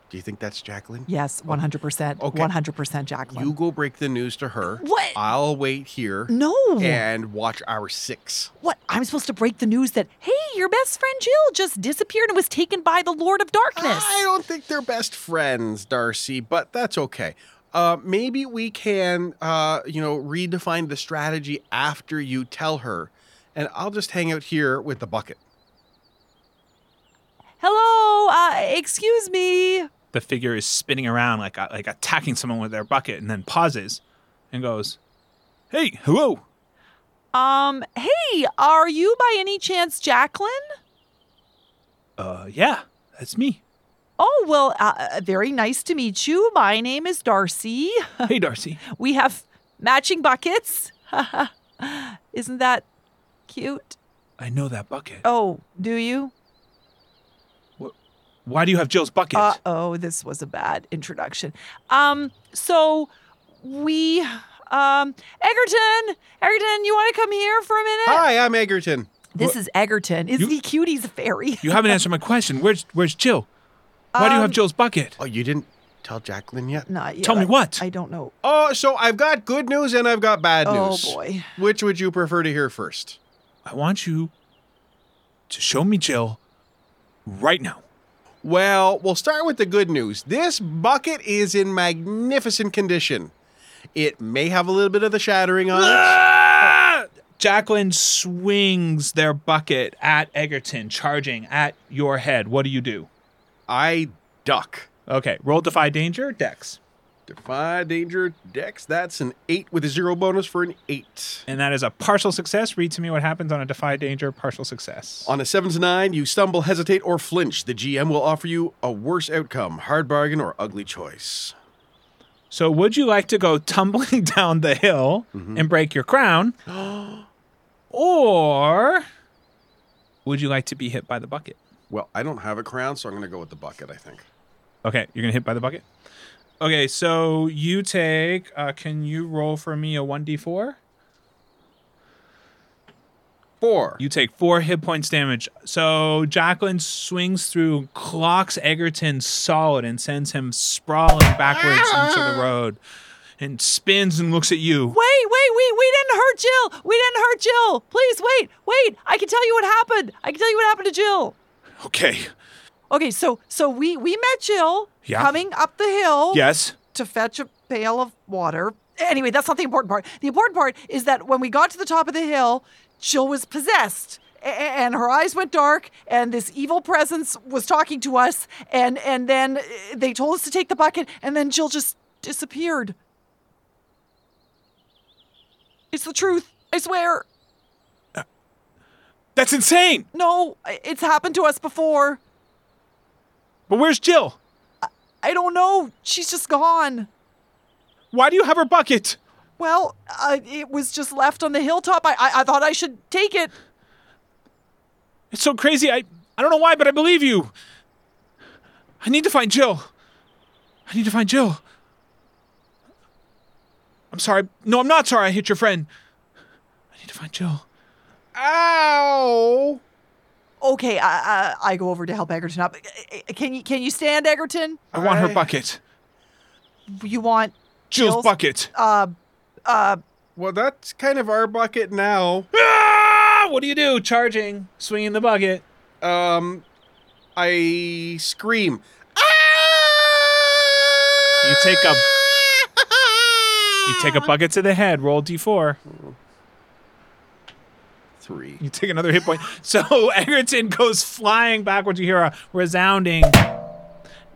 Do you think that's Jacqueline?
Yes, one hundred percent.
Oh. Okay.
One hundred percent, Jacqueline.
You go break the news to her.
What?
I'll wait here.
No.
And watch hour six.
What? I'm supposed to break the news that hey, your best friend Jill just disappeared and was taken by the Lord of Darkness.
I don't think they're best friends, Darcy, but that's okay. Uh, maybe we can, uh, you know, redefine the strategy after you tell her, and I'll just hang out here with the bucket.
Hello. Uh, excuse me.
The figure is spinning around like a, like attacking someone with their bucket and then pauses and goes, "Hey, hello."
Um. Hey, are you by any chance Jacqueline?
Uh, yeah, that's me.
Oh well, uh, uh, very nice to meet you. My name is Darcy.
Hey, Darcy.
We have matching buckets. Isn't that cute?
I know that bucket.
Oh, do you?
Why do you have Jill's bucket?
Uh oh, this was a bad introduction. Um, so we, um, Egerton, Egerton, you want to come here for a minute?
Hi, I'm Egerton.
Eh. This is Egerton. Isn't he cute? He's a fairy.
You haven't answered my question. Where's Where's Jill? Why do you have
Um,
Jill's bucket?
Oh, you didn't tell Jacqueline yet?
Not yet.
Tell me what.
I don't know.
Oh, so I've got good news and I've got bad
Oh,
news.
boy.
Which would you prefer to hear first?
I want you to show me Jill right now.
Well, we'll start with the good news. This bucket is in magnificent condition. It may have a little bit of the shattering on it.
Jacqueline swings their bucket at Egerton, charging at your head. What do you do?
I duck.
Okay, roll defy danger, Dex,
Defy danger dex. That's an eight with a zero bonus for an eight.
and that is a partial success. Read to me what happens on a defy danger partial success.
On a seven to nine, you stumble, hesitate, or flinch. The GM will offer you a worse outcome, hard bargain, or ugly choice.
So, would you like to go tumbling down the hill
Mm-hmm.
and break your crown, or would you like to be hit by the bucket?
Well, I don't have a crown, so I'm going to go with the bucket, I think.
Okay, you're gonna hit by the bucket. Okay, so you take. Uh, can you roll for me a one d four?
Four.
You take four hit points damage. So Jacqueline swings through, clocks Egerton solid, and sends him sprawling backwards into the road, and spins and looks at you.
Wait, wait, wait, we didn't hurt Jill. We didn't hurt Jill. Please wait, wait. I can tell you what happened. I can tell you what happened to Jill.
Okay.
Okay, so so we we met Jill
Yeah.
coming up the hill
Yes.
to fetch a pail of water. Anyway, that's not the important part. The important part is that when we got to the top of the hill, Jill was possessed a- a- and her eyes went dark and this evil presence was talking to us and and then uh, they told us to take the bucket and then Jill just disappeared. It's the truth. I swear.
That's insane.
No, i- it's happened to us before.
But where's Jill?
I don't know. She's just gone.
Why do you have her bucket?
Well, uh, it was just left on the hilltop. I, I, I thought I should take it.
It's so crazy. I, I don't know why, but I believe you. I need to find Jill. I need to find Jill. I'm sorry. No, I'm not sorry I hit your friend. I need to find Jill.
Ow! Okay, I, I, I go over to help Egerton up. uh, Can you can you stand, Egerton?
I want her bucket.
You want
Jill's,
Jill's-
bucket.
uh uh?
Well, that's kind of our bucket now.
Ah! What do you do? Charging, swinging the bucket.
Um, I scream.
You take a
"Ah!"
You take a bucket to the head, roll d4.
Three.
You take another hit point. So Egerton goes flying backwards. You hear a resounding,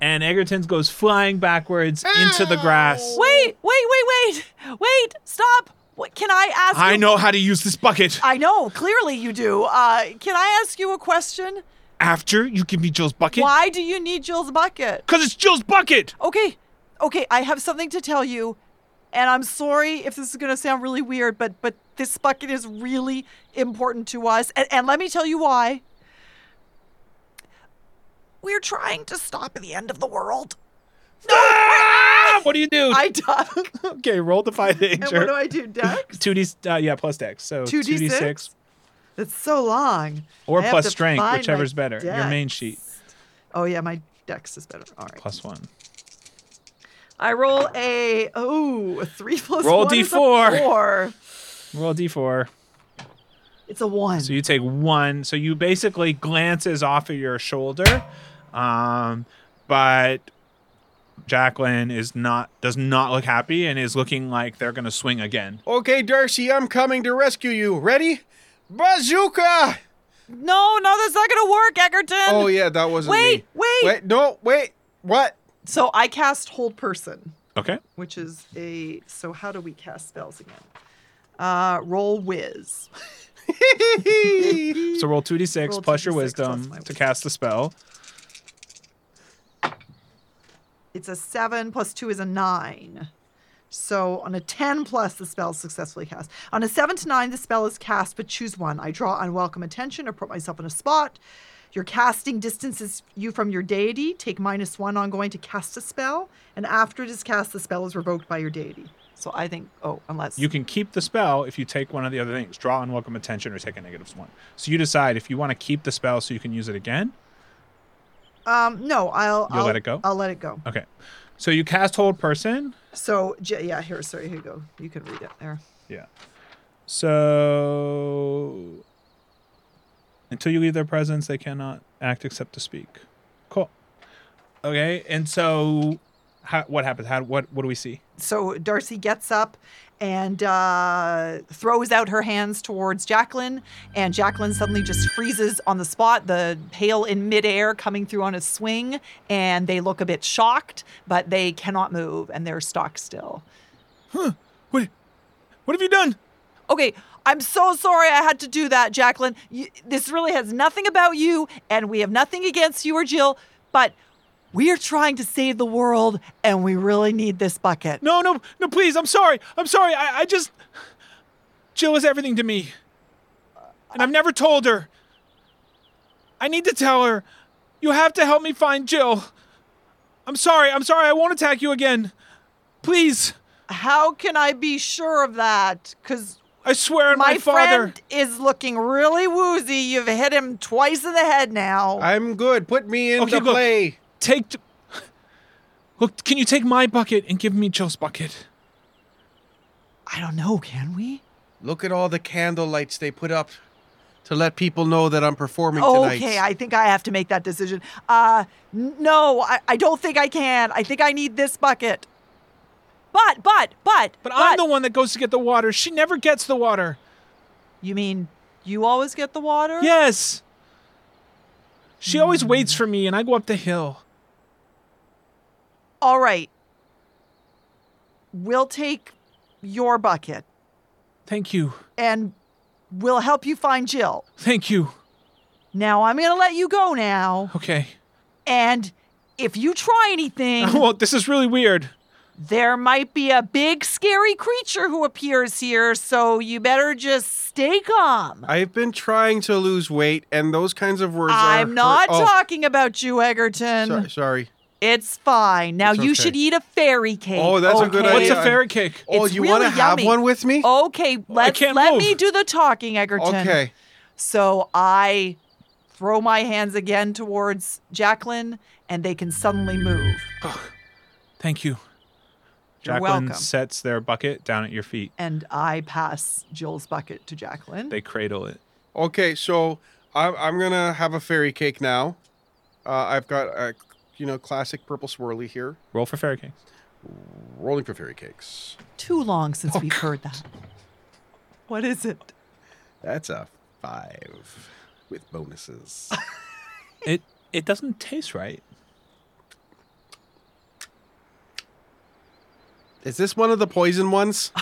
and Egerton goes flying backwards into the grass.
Wait, wait, wait, wait, wait! Stop! What can I ask?
I
you-
know how to use this bucket.
I know. Clearly, you do. Uh, can I ask you a question?
After you give me Jill's bucket,
Why do you need Jill's bucket?
Because it's Jill's bucket.
Okay, okay. I have something to tell you, and I'm sorry if this is gonna sound really weird, but but this bucket is really important to us, and, and let me tell you why. We're trying to stop the end of the world.
Ah, what do you do?
I duck.
okay, roll the five
And what do I do? Duck.
Two d uh, yeah plus dex. So two d
2d6?
six
That's so long.
or
I have
plus
to
strength,
find my
whichever's better. Your
dex.
main sheet
Oh yeah, my dex is better. All right.
plus one.
I roll a oh a three plus
Roll
one is a
D4.
four.
Roll d4.
It's a one.
So you take one. So you basically glances off of your shoulder, um, but Jacqueline is not does not look happy and is looking like they're gonna swing again.
Okay, Darcy, I'm coming to rescue you. Ready? Bazooka!
No, no, that's not gonna work, Egerton.
Oh yeah, that wasn't
Wait,
me.
wait.
wait, no, wait. What?
So I cast hold person,
Okay.
which is a so how do we cast spells again? Uh, roll whiz.
So roll two d six
Roll
plus your
2d6 plus
wisdom to cast the spell.
It's a seven plus two is a nine. So on a 10 plus, the spell is successfully cast. On a seven to nine, the spell is cast, but choose one. I draw unwelcome attention or put myself in a spot. Your casting distances you from your deity. Take minus one ongoing to cast a spell. And after it is cast, the spell is revoked by your deity. So I think, oh, unless.
You can keep the spell if you take one of the other things: draw unwelcome attention or take a negative one. So you decide if you want to keep the spell so you can use it again.
Um, no, I'll.
You'll
I'll-
let it go?
I'll let it go.
Okay. So you cast hold person.
So, j- yeah, here, sorry, here you go. You can read it there.
Yeah. So until you leave their presence, they cannot act except to speak. Cool. Okay, and so how, what happens? How what what do we see?
so Darcy gets up and uh, throws out her hands towards Jacqueline, and Jacqueline suddenly just freezes on the spot, the hail in midair coming through on a swing, and they look a bit shocked, but they cannot move and they're stock still.
What have you done?
Okay, I'm so sorry I had to do that, Jacqueline. You, this really has nothing about you, and we have nothing against you or Jill, but we're trying to save the world, and we really need this bucket.
No, no, no, please, I'm sorry. I'm sorry. I, I just Jill is everything to me. And I've never told her. I need to tell her. You have to help me find Jill. I'm sorry. I'm sorry. I won't attack you again. Please.
How can I be sure of that? Because
I swear on
my,
my, father.
friend is looking really woozy. You've hit him twice in the head now.
I'm good. Put me in
Okay,
the
look.
play.
Take. t- Look, can you take my bucket and give me Jill's bucket?
I don't know. Can we?
Look at all the candle lights they put up to let people know that I'm performing tonight.
Okay, I think I have to make that decision. Uh, n- no, I, I don't think I can. I think I need this bucket. But, but, but,
But I'm the one that goes to get the water. She never gets the water.
You mean you always get the water? Hmm.
Yes. She always waits for me, and I go up the hill.
All right. We'll take your bucket
Thank you.
and we'll help you find Jill.
Thank you.
Now I'm going to let you go now.
Okay.
And if you try anything,
well, this is really weird.
there might be a big scary creature who appears here, so you better just stay calm.
I've been trying to lose weight, and those kinds of words are.
I'm not
hurt- oh,
talking about you, Egerton.
so- sorry.
It's fine. Now
It's
you
okay.
should eat a fairy cake.
Oh, that's a good
okay?
idea.
cake?
Oh,
It's
you
really
want to have
yummy.
one with me?
Okay, let's
can't
let
move.
me do the talking, Egerton.
Okay.
So I throw my hands again towards Jacqueline, and they can suddenly move.
Thank you.
You're
Jacqueline
welcome.
sets their bucket down at your feet.
And I pass Jill's bucket to Jacqueline.
They cradle it.
Okay, so I'm, I'm gonna have a fairy cake now. Uh, I've got a you know classic purple swirly here.
Roll for fairy cakes.
Rolling for fairy cakes.
Too long since we've heard that. What is it?
That's a five with bonuses.
It it doesn't taste right.
Is this one of the poison ones?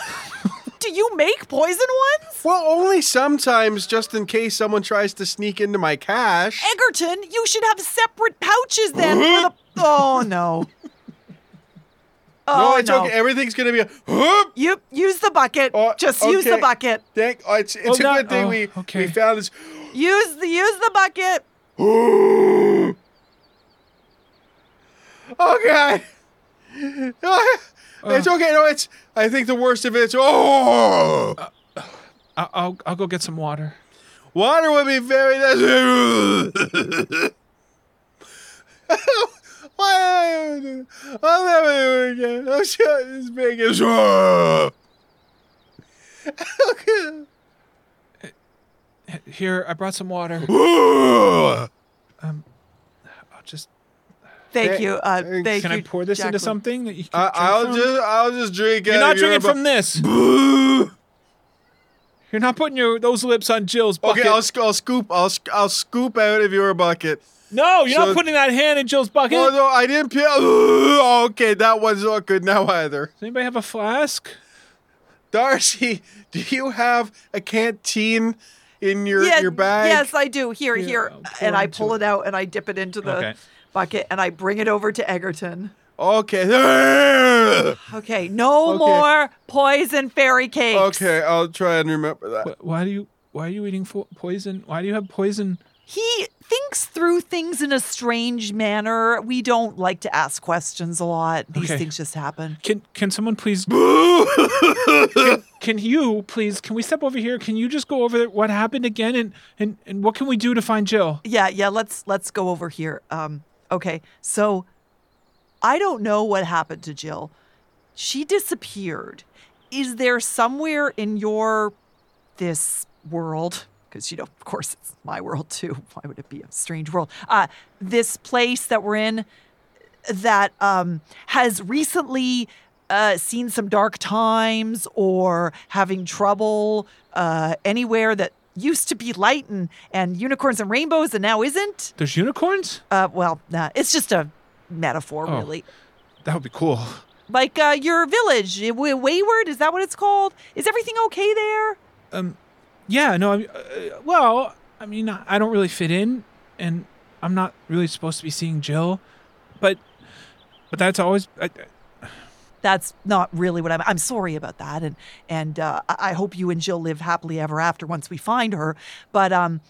Do you make poison ones?
well, only sometimes, just in case someone tries to sneak into my cash.
Egerton, you should have separate pouches then. for the... Oh no.
no,
Oh
it's okay. Everything's gonna be a. Oh,
You use the bucket. Just use the
Uh, okay.
bucket.
Thank. oh, it's it's
Well,
a
no-
good thing
oh,
we
okay.
we found this.
Use the use the bucket.
Okay.
Oh.
it's okay. No, it's. I think the worst of it's. Oh.
I- I'll I'll go get some water.
Water would be very necessary. Why? I'll never do it again. I'm sure this big as.
H- Here, I brought some water. um, I'll just.
Thank
Thank-
you. Uh,
thanks.
thank
Can
you.
I pour this into
Jacqueline.
something that you can
I,
drink
I'll
from?
just. I'll just drink.
You're
out
not
of your
drinking
bu-
from this. You're not putting your those lips on Jill's bucket.
Okay, I'll, sc- I'll scoop. I'll sc- I'll scoop out of your bucket.
no, you're
so-
not putting that hand in Jill's bucket.
Oh no, I didn't. Pee- oh, okay, that one's not good now either.
Does anybody have a flask?
Darcy, do you have a canteen in your
Yeah,
your bag?
Yes, I do. Here,
Here,
here.
I'll
And
pour
I
into
pull it out and I dip it into the
Okay.
bucket and I bring it over to Egerton.
Okay.
Okay, no
Okay.
more poison fairy cakes.
Okay, I'll try and remember that.
Why do you Why are you eating fo- poison? Why do you have poison?
He thinks through things in a strange manner. We don't like to ask questions a lot. These
Okay.
things just happen.
Can Can someone please?
can,
can you please? Can we step over here? Can you just go over what happened again and and and what can we do to find Jill?
Yeah, yeah, let's let's go over here. Um okay. So I don't know what happened to Jill. She disappeared. Is there somewhere in your this world because you know of course it's my world too why would it be a strange world uh, this place that we're in that um, has recently uh, seen some dark times or having trouble uh, anywhere that used to be light and, and unicorns and rainbows and now isn't
There's unicorns.
uh, well nah, it's just a metaphor
Oh.
really
That would be cool.
like uh, your village eh, Wa- wayward is that what it's called is everything okay there
Um, yeah. No. I'm, uh, well, I mean, I I don't really fit in, and I'm not really supposed to be seeing Jill, but but that's always. I, I-
that's not really what I'm. I'm sorry about that, and and uh, I I hope you and Jill live happily ever after once we find her. But um,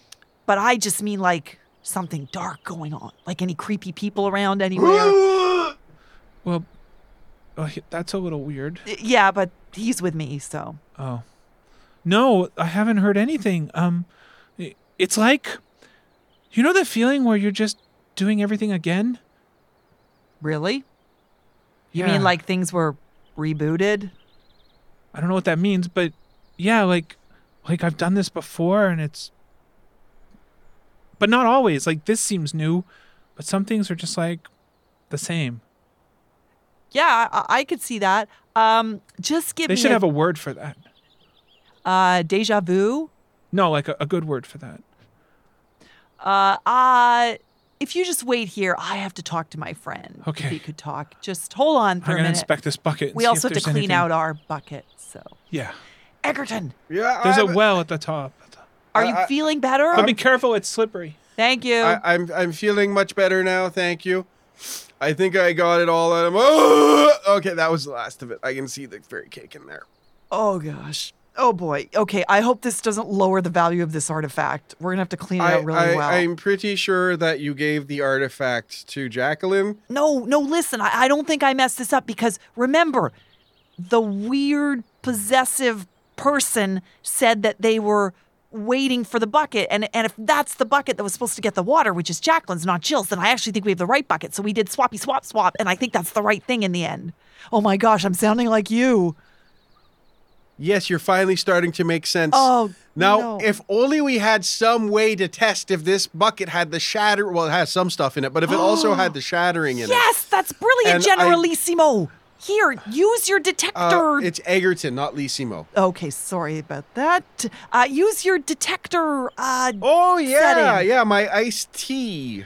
but I just mean like something dark going on, like any creepy people around anywhere.
well, oh, he- that's a little weird.
yeah, but he's with me, so
Oh. No, I haven't heard anything. Um i- it's like you know that feeling where you're just doing everything again?
really, you
Yeah.
mean like things were rebooted?
I don't know what that means, but yeah, like like I've done this before and it's but not always. Like this seems new, but some things are just like the same.
Yeah, I, I could see that. Um, just give
They
me
should
a,
have a word for that.
uh, deja vu.
No, like a, a good word for that.
Uh, uh, if you just wait here, I have to talk to my friend.
Okay.
If he could talk, just hold on for
I'm
a
gonna
minute.
inspect this bucket. and
we
see if
also have to
there's
clean
anything-
out our bucket. So,
Yeah,
Egerton,
Yeah,
there's a
I'm,
well at the top.
are
I-
you
I-
feeling better?
But be careful, it's slippery.
Um, Thank you.
I, I'm I'm feeling much better now. Thank you. I think I got it all out of. Oh, okay, that was the last of it. I can see the fairy cake in there.
Oh gosh. Oh boy. Okay. I hope this doesn't lower the value of this artifact. We're gonna have to clean it
I,
out really
I,
well.
I'm pretty sure that you gave the artifact to Jacqueline.
No, no, listen, I, I don't think I messed this up because remember, the weird possessive person said that they were waiting for the bucket. And, and if that's the bucket that was supposed to get the water, which is Jacqueline's, not Jill's, then I actually think we have the right bucket. So we did swappy swap swap. And I think that's the right thing in the end. Oh my gosh, I'm sounding like you.
Yes, you're finally starting to make sense.
Oh,
now
no.
if only we had some way to test if this bucket had the shatter. Well, it has some stuff in it, but if it also had the shattering in it.
Yes, that's brilliant,
And I-
Generalissimo. Here, use your detector.
Uh, it's Egerton, not Lissimo.
Okay, sorry about that. Uh, use your detector. Uh,
oh Yeah,
setting.
yeah, my iced tea,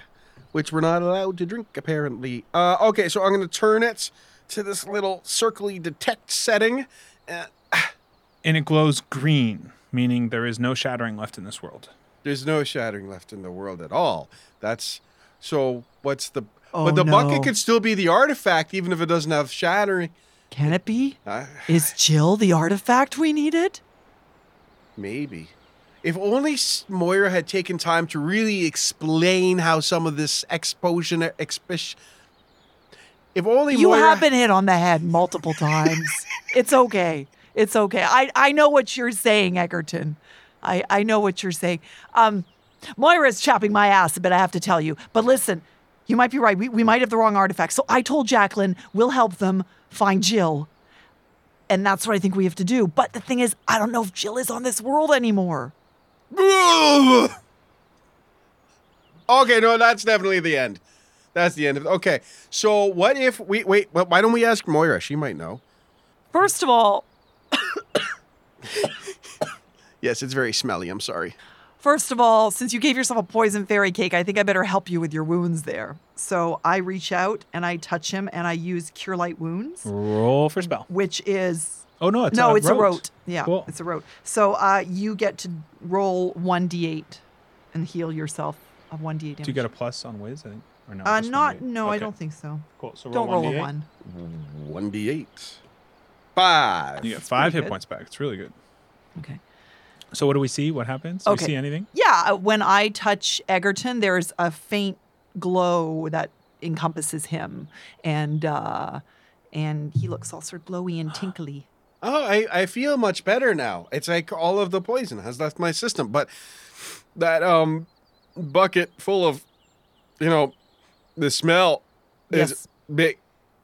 which we're not allowed to drink apparently. Uh, okay, so I'm gonna turn it to this little circly detect setting. Uh,
and it glows green, meaning there is no shattering left in this world.
there's no shattering left in the world at all. That's so. What's the?
Oh,
but the
no.
bucket could still be the artifact, even if it doesn't have shattering.
Can it be?
Uh,
Is Jill the artifact we needed?
Maybe. If only S- Moira had taken time to really explain how some of this exposition, expish. If only
You
Moira
have been hit on the head multiple times. it's okay. It's okay. I, I know what you're saying, Egerton. I, I know what you're saying. Um, Moira's chopping my ass a bit, I have to tell you. But listen, you might be right. We, we might have the wrong artifact. So I told Jacqueline we'll help them find Jill. And that's what I think we have to do. But the thing is, I don't know if Jill is on this world anymore.
okay, no, that's definitely the end. That's the end of Okay, so what if we wait? But why don't we ask Moira? She might know.
First of all,
Yes, it's very smelly. I'm sorry.
First of all, since you gave yourself a poison fairy cake, I think I better help you with your wounds there. So I reach out and I touch him and I use Cure Light Wounds,
Roll for spell.
which is.
Oh no, it's
no,
a
it's a
rote.
rote. Yeah,
Cool.
it's a rote. So uh, you get to roll 1d8 and heal yourself of 1d8 damage.
Do you get a plus on whiz? I think or no?
uh,
just
not,
1d8?
no, I
Okay.
don't think so.
Cool. So
don't roll a
1d8.
1.
One d eight, five.
You get five
pretty
hit
good.
points back. It's really good.
Okay.
So what do we see? What happens? Do
Okay.
we see anything?
Yeah, uh, when I touch Egerton, there's a faint glow that encompasses him, and uh, and he looks all sort of glowy and tinkly.
Oh, I, I feel much better now. It's like all of the poison has left my system, but that um bucket full of you know the smell is
Yes.
big.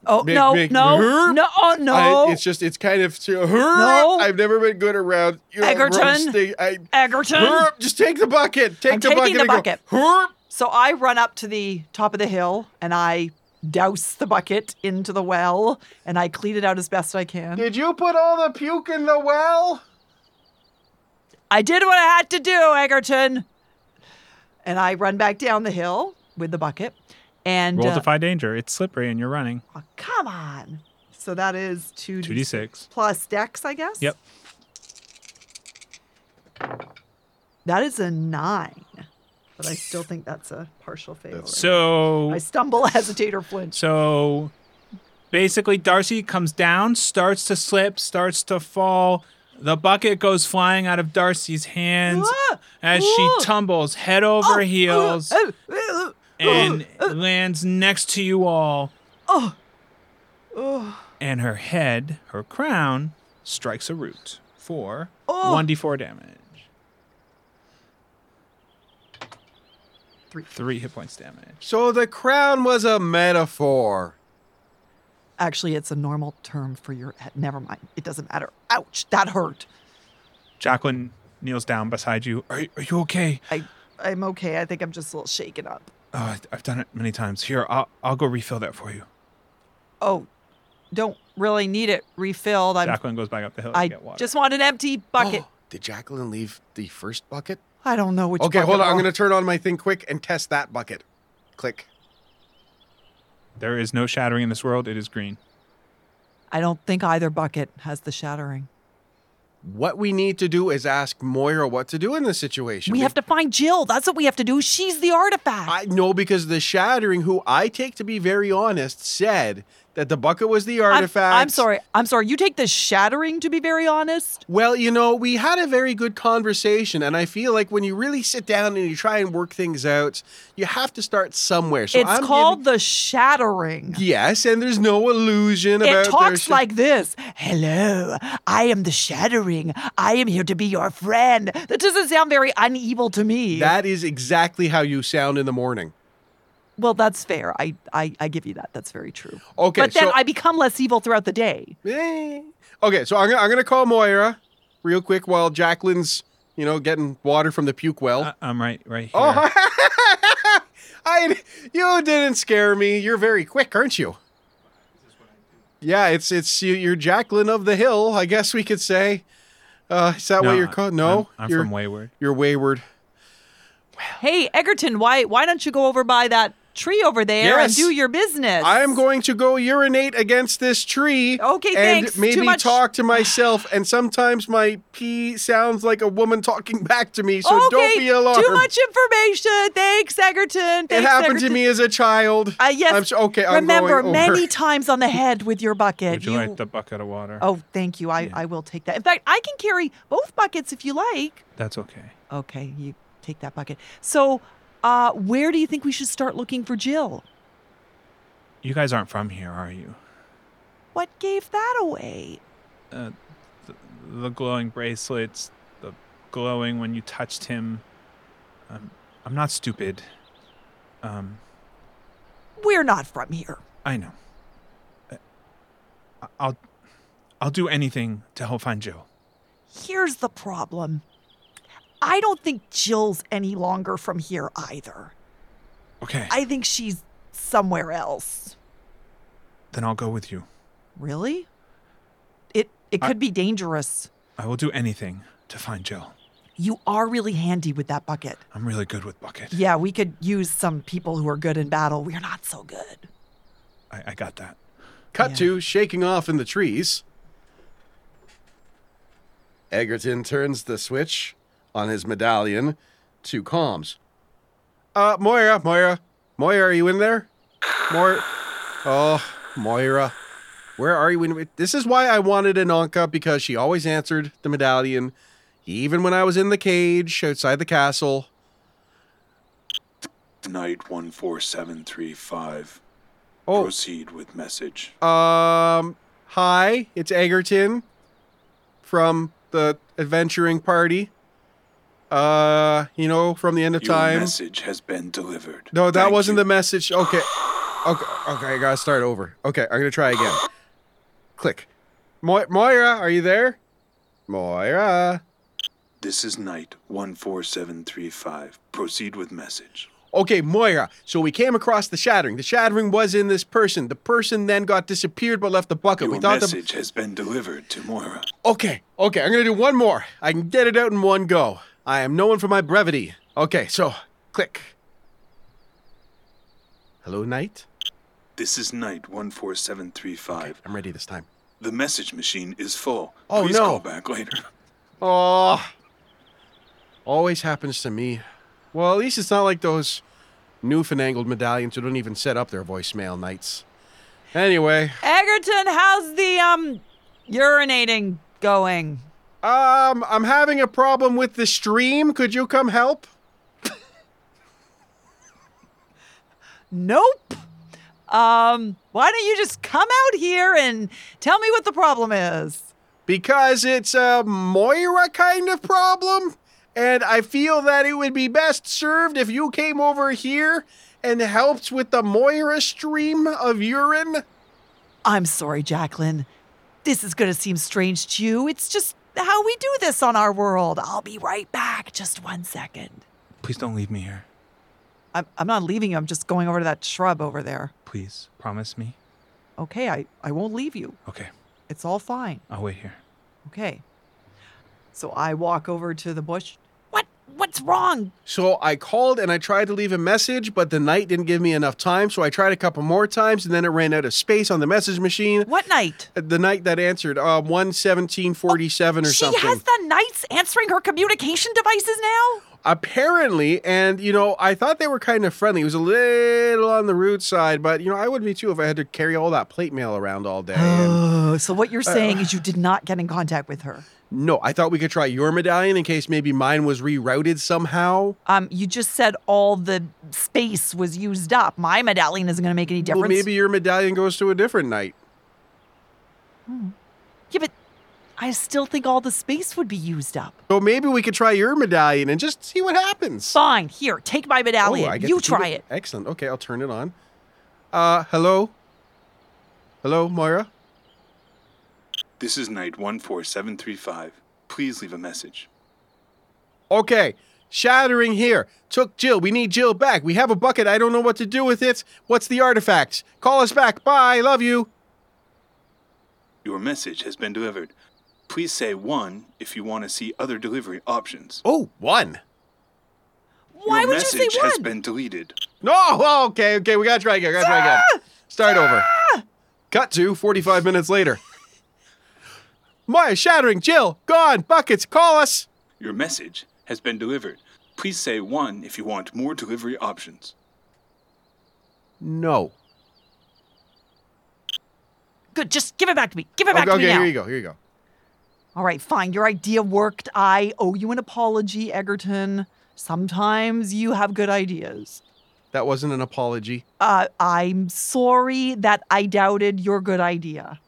Oh
big,
no,
big-
no,
Herp.
no, oh, no!
I- it's just it's kind of too.
No.
I've never been good around you know,
Egerton.
roasting. I,
Egerton.
Herp, just take the bucket. Take
I'm
the
taking
bucket.
the
and go,
bucket.
Herp.
So I run up to the top of the hill and I douse the bucket into the well and I clean it out as best I can.
Did you put all the puke in the well?
I did what I had to do, Egerton. And I run back down the hill with the bucket. And
Roll
uh,
defy danger. It's slippery and you're running.
come on. So that is two
Two d six.
plus dex, I guess.
Yep.
That is a nine, but I still think that's a partial fail.
So
I stumble, hesitate, or flinch.
So basically, Darcy comes down, starts to slip, starts to fall. The bucket goes flying out of Darcy's hands as she tumbles head over
Oh,
heels and
Uh.
lands next to you all.
Oh. Oh.
And her head, her crown, strikes a root for
Oh.
1d4 damage.
Three.
Three hit points damage.
So Oh, the crown was a metaphor.
Actually, it's a normal term for your head. Never mind. It doesn't matter. Ouch. That hurt.
Jacqueline kneels down beside you. Are, are you okay?
I, I'm okay. I think I'm just a little shaken up.
Oh, I- I've done it many times. Here, I'll, I'll go refill that for you.
Oh, don't really need it refilled. I'm,
Jacqueline goes back up the hill
I
to get water.
just want an empty bucket.
Did Jacqueline leave the first bucket?
I don't know which.
okay, hold
bucket
on. I'm
roll.
going to turn on my thing quick and test that bucket. Click.
There is no shattering in this world. It is green.
I don't think either bucket has the shattering.
What we need to do is ask Moira what to do in this situation.
We have to find Jill. That's what we have to do. She's the artifact.
I know because the Shattering, who I take to be very honest, said that the bucket was the
I'm-
artifact.
I'm, sorry. I'm sorry. You take the shattering, to be very honest.
Well, you know, we had a very good conversation, and I feel like when you really sit down and you try and work things out, you have to start somewhere. So
it's
I'm
called the shattering.
giving- yes, and there's no illusion about
It
there
talks
should-
like this Hello, I am the shattering. I am here to be your friend. That doesn't sound very unevil to me.
That is exactly how you sound in the morning.
well, that's fair. I, I, I give you that. That's very true.
Okay,
But then
so-
I become less evil throughout the day.
Eh. Okay, so I'm gonna, I'm gonna call Moira real quick while Jacqueline's, you know, getting water from the puke well.
Uh, I'm right, right here.
Oh, I, you didn't scare me. You're very quick, aren't you? Yeah, it's it's you- you're Jacqueline of the Hill, I guess we could say. Uh, is that
No,
what you're
I-
called? No,
I'm- I'm
you're,
from Wayward.
You're Wayward.
Hey, Egerton, why, why don't you go over by that tree over there
Yes.
and do your business?
I'm going to go urinate against this tree.
Okay,
and
thanks. Too
maybe
much-
talk to myself. And sometimes my pee sounds like a woman talking back to me, so don't
Okay,
be alarmed.
Too much information. Thanks, Egerton.
it
Thanks,
happened to
Egerton.
me as a child.
Uh, yes.
I'm, s- okay, I'm
Remember,
going over.
many times on the head with your bucket.
Would you, like the bucket of water?
Oh, thank you. I, I will take that. In fact, I can carry both buckets if you like.
that's okay.
Okay, you take that bucket. So, uh, where do you think we should start looking for Jill?
You guys aren't from here, are you?
What gave that away?
Uh, the, the glowing bracelets, the glowing when you touched him. Um, I'm not stupid. Um,
We're not from here.
I know. Uh, I'll, I'll do anything to help find Jill.
Here's the problem I don't think Jill's any longer from here either.
Okay,
I think she's somewhere else.
then I'll go with you.
Really? It, it
I-
could be dangerous.
I will do anything to find Jill.
You are really handy with that bucket.
I'm really good with bucket.
Yeah, we could use some people who are good in battle. We're not so good.
I, I got that.
Cut to shaking off in the trees. Egerton turns the switch on his medallion to comms. Uh, Moira, Moira, Moira, are you in there? Moira, oh, Moira, where are you? In- this is why I wanted Ananka because she always answered the medallion, even when I was in the cage outside the castle.
Tonight 14735.
Oh.
Proceed with message.
Um, hi, it's Egerton from the adventuring party. Uh, you know, from the end of
Your
time.
message has been delivered.
No, that wasn't the message. Okay. Okay, okay, I gotta start over. Okay, I'm gonna try again. Click. Mo- Moira, are you there? Moira.
This is night 14735. Proceed with message.
Okay, Moira. So we came across the shattering. The shattering was in this person. The person then got disappeared but left the bucket.
Your
we thought the
message has been delivered to Moira.
Okay, okay, I'm gonna do one more. I can get it out in one go. I am known for my brevity. Okay, so click. Hello, Knight.
This is night 14735.
I'm ready this time.
The message machine is full.
Oh,
Please
no.
call back later.
Oh, always happens to me. Well, at least it's not like those newfangled medallions who don't even set up their voicemail nights. Anyway,
Egerton, how's the um urinating going?
um, I'm having a problem with the stream. Could you come help?
Nope. Um, why don't you just come out here and tell me what the problem is?
because it's a Moira kind of problem. And I feel that it would be best served if you came over here and helped with the Moira stream of urine.
I'm sorry, Jacqueline. This is going to seem strange to you. It's just how we do this on our world. I'll be right back. Just one second.
Please don't leave me here.
I'm, I'm not leaving you. I'm just going over to that shrub over there.
Please promise me.
Okay, I, I won't leave you.
Okay,
It's all fine.
I'll wait here.
Okay. So I walk over to the bush. What? What's wrong?
So I called and I tried to leave a message, but the night didn't give me enough time. So I tried a couple more times, and then it ran out of space on the message machine.
What night?
The night that answered, uh, one seventeen forty seven or
she
something.
has the knights answering her communication devices now?
Apparently, and you know, I thought they were kind of friendly. It was a little on the rude side, but you know, I would be too if I had to carry all that plate mail around all day.
Oh, so what you're
Uh,
saying is you did not get in contact with her.
No, I thought we could try your medallion in case maybe mine was rerouted somehow.
Um, you just said all the space was used up. My medallion isn't going to make any difference.
Well, maybe your medallion goes to a different night.
Hmm. Yeah, but I still think all the space would be used up.
So maybe we could try your medallion and just see what happens.
Fine. Here, take my medallion.
Oh, I get
you
to keep
try it.
Excellent. Okay, I'll turn it on. Uh, hello? Hello, Moira?
This is night 14735. Please leave a message.
Okay. Shattering here. Took Jill. We need Jill back. We have a bucket. I don't know what to do with it. What's the artifact? Call us back. Bye. Love you.
Your message has been delivered. Please say 1 if you want to see other delivery options.
Oh, one.
Why
Your
would you
message
say
has
one?
been deleted.
No. Oh, okay. Okay. We got to try again. We got to try
Ah!
again. Start over. Cut to 45 minutes later. Maya shattering. Jill gone. Buckets. Call us.
Your message has been delivered. Please say 1 if you want more delivery options.
No.
Good. Just give it back to me. Give it back
okay.
to me
okay,
now.
Here you go. Here you go.
All right, fine. Your idea worked. I owe you an apology, Egerton. Sometimes you have good ideas.
That wasn't an apology.
Uh, I'm sorry that I doubted your good idea.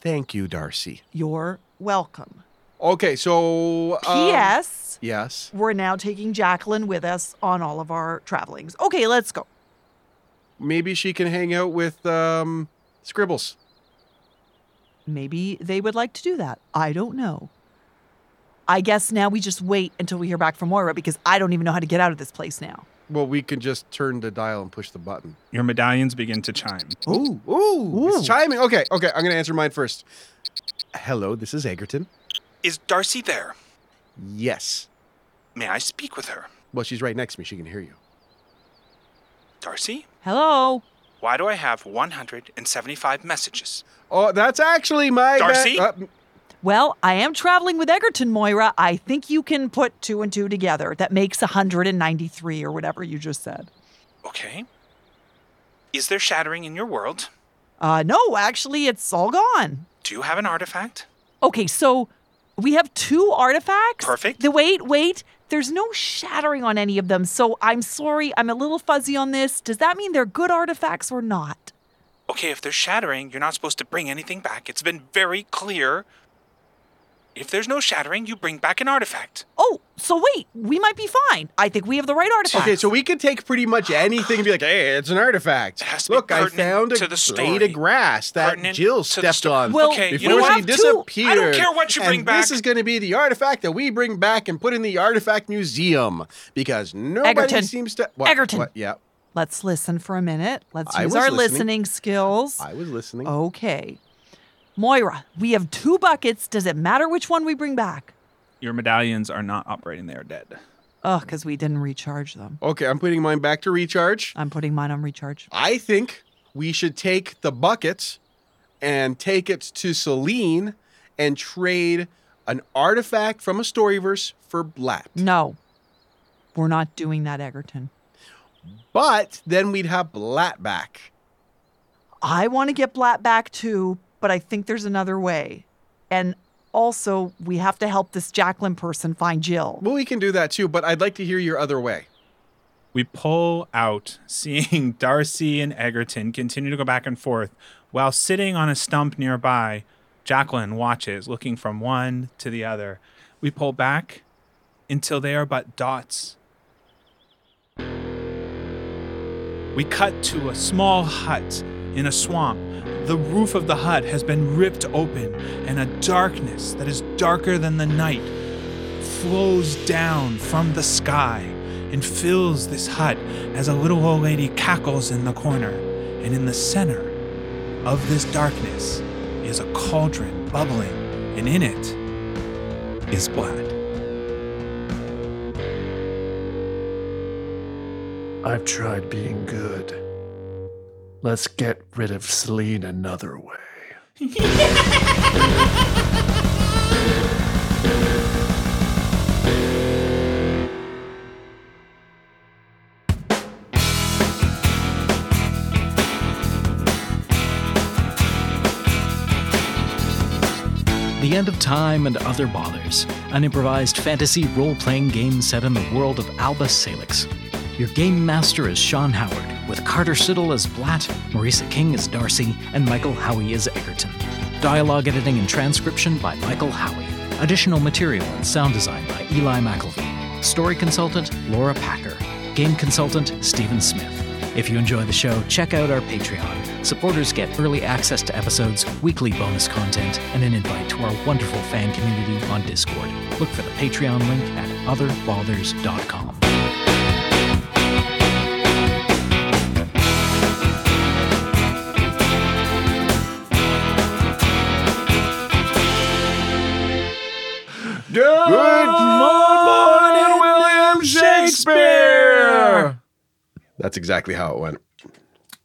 Thank you, Darcy.
You're welcome.
Okay. So. um,
P.S.
yes.
We're now taking Jacqueline with us on all of our travelings. Oh, Okay, let's go.
Maybe she can hang out with um, Scribbles.
Maybe they would like to do that. I don't know. I guess now we just wait until we hear back from Moira because I don't even know how to get out of this place now.
Well, we can just turn the dial and push the button.
Your medallions begin to chime.
Ooh, ooh, it's chiming. Okay, okay, I'm gonna answer mine first. Hello, this is Egerton.
Is Darcy there?
Yes.
May I speak with her?
Well, she's right next to me. She can hear you.
Darcy?
Hello.
Why do I have 175 messages?
Oh, that's actually my ba-
Darcy?
uh,
Well, I am traveling with Egerton, Moira. I think you can put two and two together. That makes 193 or whatever you just said.
Okay. Is there shattering in your world?
Uh, no, actually, it's all gone.
Do you have an artifact?
Okay, so we have two artifacts.
Perfect.
The wait, wait. There's no shattering on any of them, so I'm sorry. I'm a little fuzzy on this. Does that mean they're good artifacts or not?
Okay, if there's shattering, you're not supposed to bring anything back. It's been very clear. If there's no shattering, you bring back an artifact.
Oh, so wait. We might be fine. I think we have the right artifact.
okay, so we could take pretty much anything and be like, "Hey, it's an artifact." Look, I found a
to the
blade
story.
of grass that
Pertinent
Jill stepped on
Well,
Okay, you
before
know
she
what?
two. I don't
disappeared.
care what you
And
bring back.
This is going to be the artifact that we bring back and put in the artifact museum because nobody
Egerton.
seems to. What,
Egerton.
What? Yeah,
Let's listen for a minute. Let's
I
use
was
our
listening.
listening skills.
I was listening.
Oh, Okay. Moira, we have two buckets. Does it matter which one we bring back?
Your medallions are not operating. They are dead.
Ugh, because we didn't recharge them.
Okay, I'm putting mine back to recharge.
I'm putting mine on recharge.
I think we should take the bucket and take it to Celine and trade an artifact from a storyverse for Black.
No, we're not doing that, Egerton.
But then we'd have Black back.
I want to get Blatt back too, but I think there's another way. And also, we have to help this Jacqueline person find Jill.
Well, we can do that too, but I'd like to hear your other way.
We pull out, seeing Darcy and Egerton continue to go back and forth. While sitting on a stump nearby, Jacqueline watches, looking from one to the other. We pull back until they are but dots. We cut to a small hut in a swamp. The roof of the hut has been ripped open, and a darkness that is darker than the night flows down from the sky and fills this hut as a little old lady cackles in the corner. And in the center of this darkness is a cauldron bubbling, and in it is blood.
I've tried being good. Let's get rid of Celine another way.
The End of Time and Other Bothers, an improvised fantasy role playing game set in the world of Alba Salix. Your game master is Sean Howard, with Carter Siddle as Blatt, Marisa King as Darcy, and Michael Howie as Egerton. Dialogue editing and transcription by Michael Howie. Additional material and sound design by Eli McElvey. Story consultant Laura Packer. Game consultant Stephen Smith. If you enjoy the show, check out our Patreon. Supporters get early access to episodes, weekly bonus content, and an invite to our wonderful fan community on Discord. Look for the Patreon link at otherbothers.com.
Good morning, William
Shakespeare! That's exactly how it went.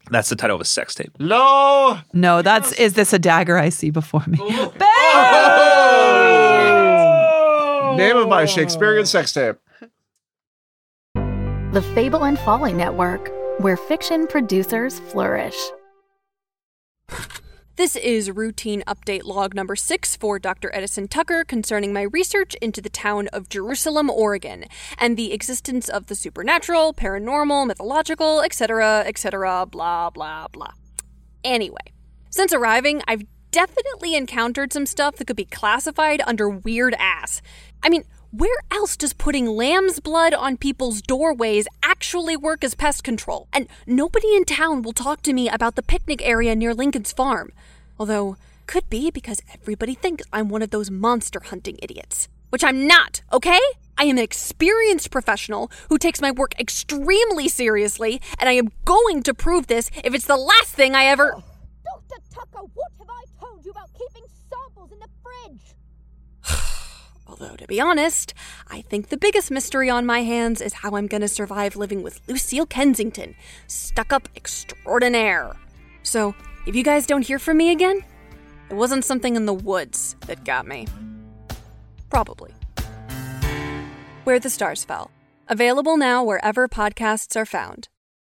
That's the title of a sex tape.
No. No, that's is this a dagger I see before me?
Name of my Shakespearean sex tape.
The Fable and Folly Network, where fiction producers flourish.
This is routine update log number six for Dr. Edison Tucker concerning my research into the town of Jerusalem, Oregon, and the existence of the supernatural, paranormal, mythological, etc., etc., blah, blah, blah. Anyway, since arriving, I've definitely encountered some stuff that could be classified under weird ass. I mean, where else does putting lamb's blood on people's doorways actually work as pest control? And nobody in town will talk to me about the picnic area near Lincoln's farm. Although, could be because everybody thinks I'm one of those monster hunting idiots. Which I'm not, okay? I am an experienced professional who takes my work extremely seriously, and I am going to prove this if it's the last thing I ever.
Dr. Oh, Tucker, what have I told you about keeping samples in the fridge?
Although, to be honest, I think the biggest mystery on my hands is how I'm going to survive living with Lucille Kensington, stuck up extraordinaire. So, if you guys don't hear from me again, it wasn't something in the woods that got me. Probably. Where the Stars Fell. Available now wherever podcasts are found.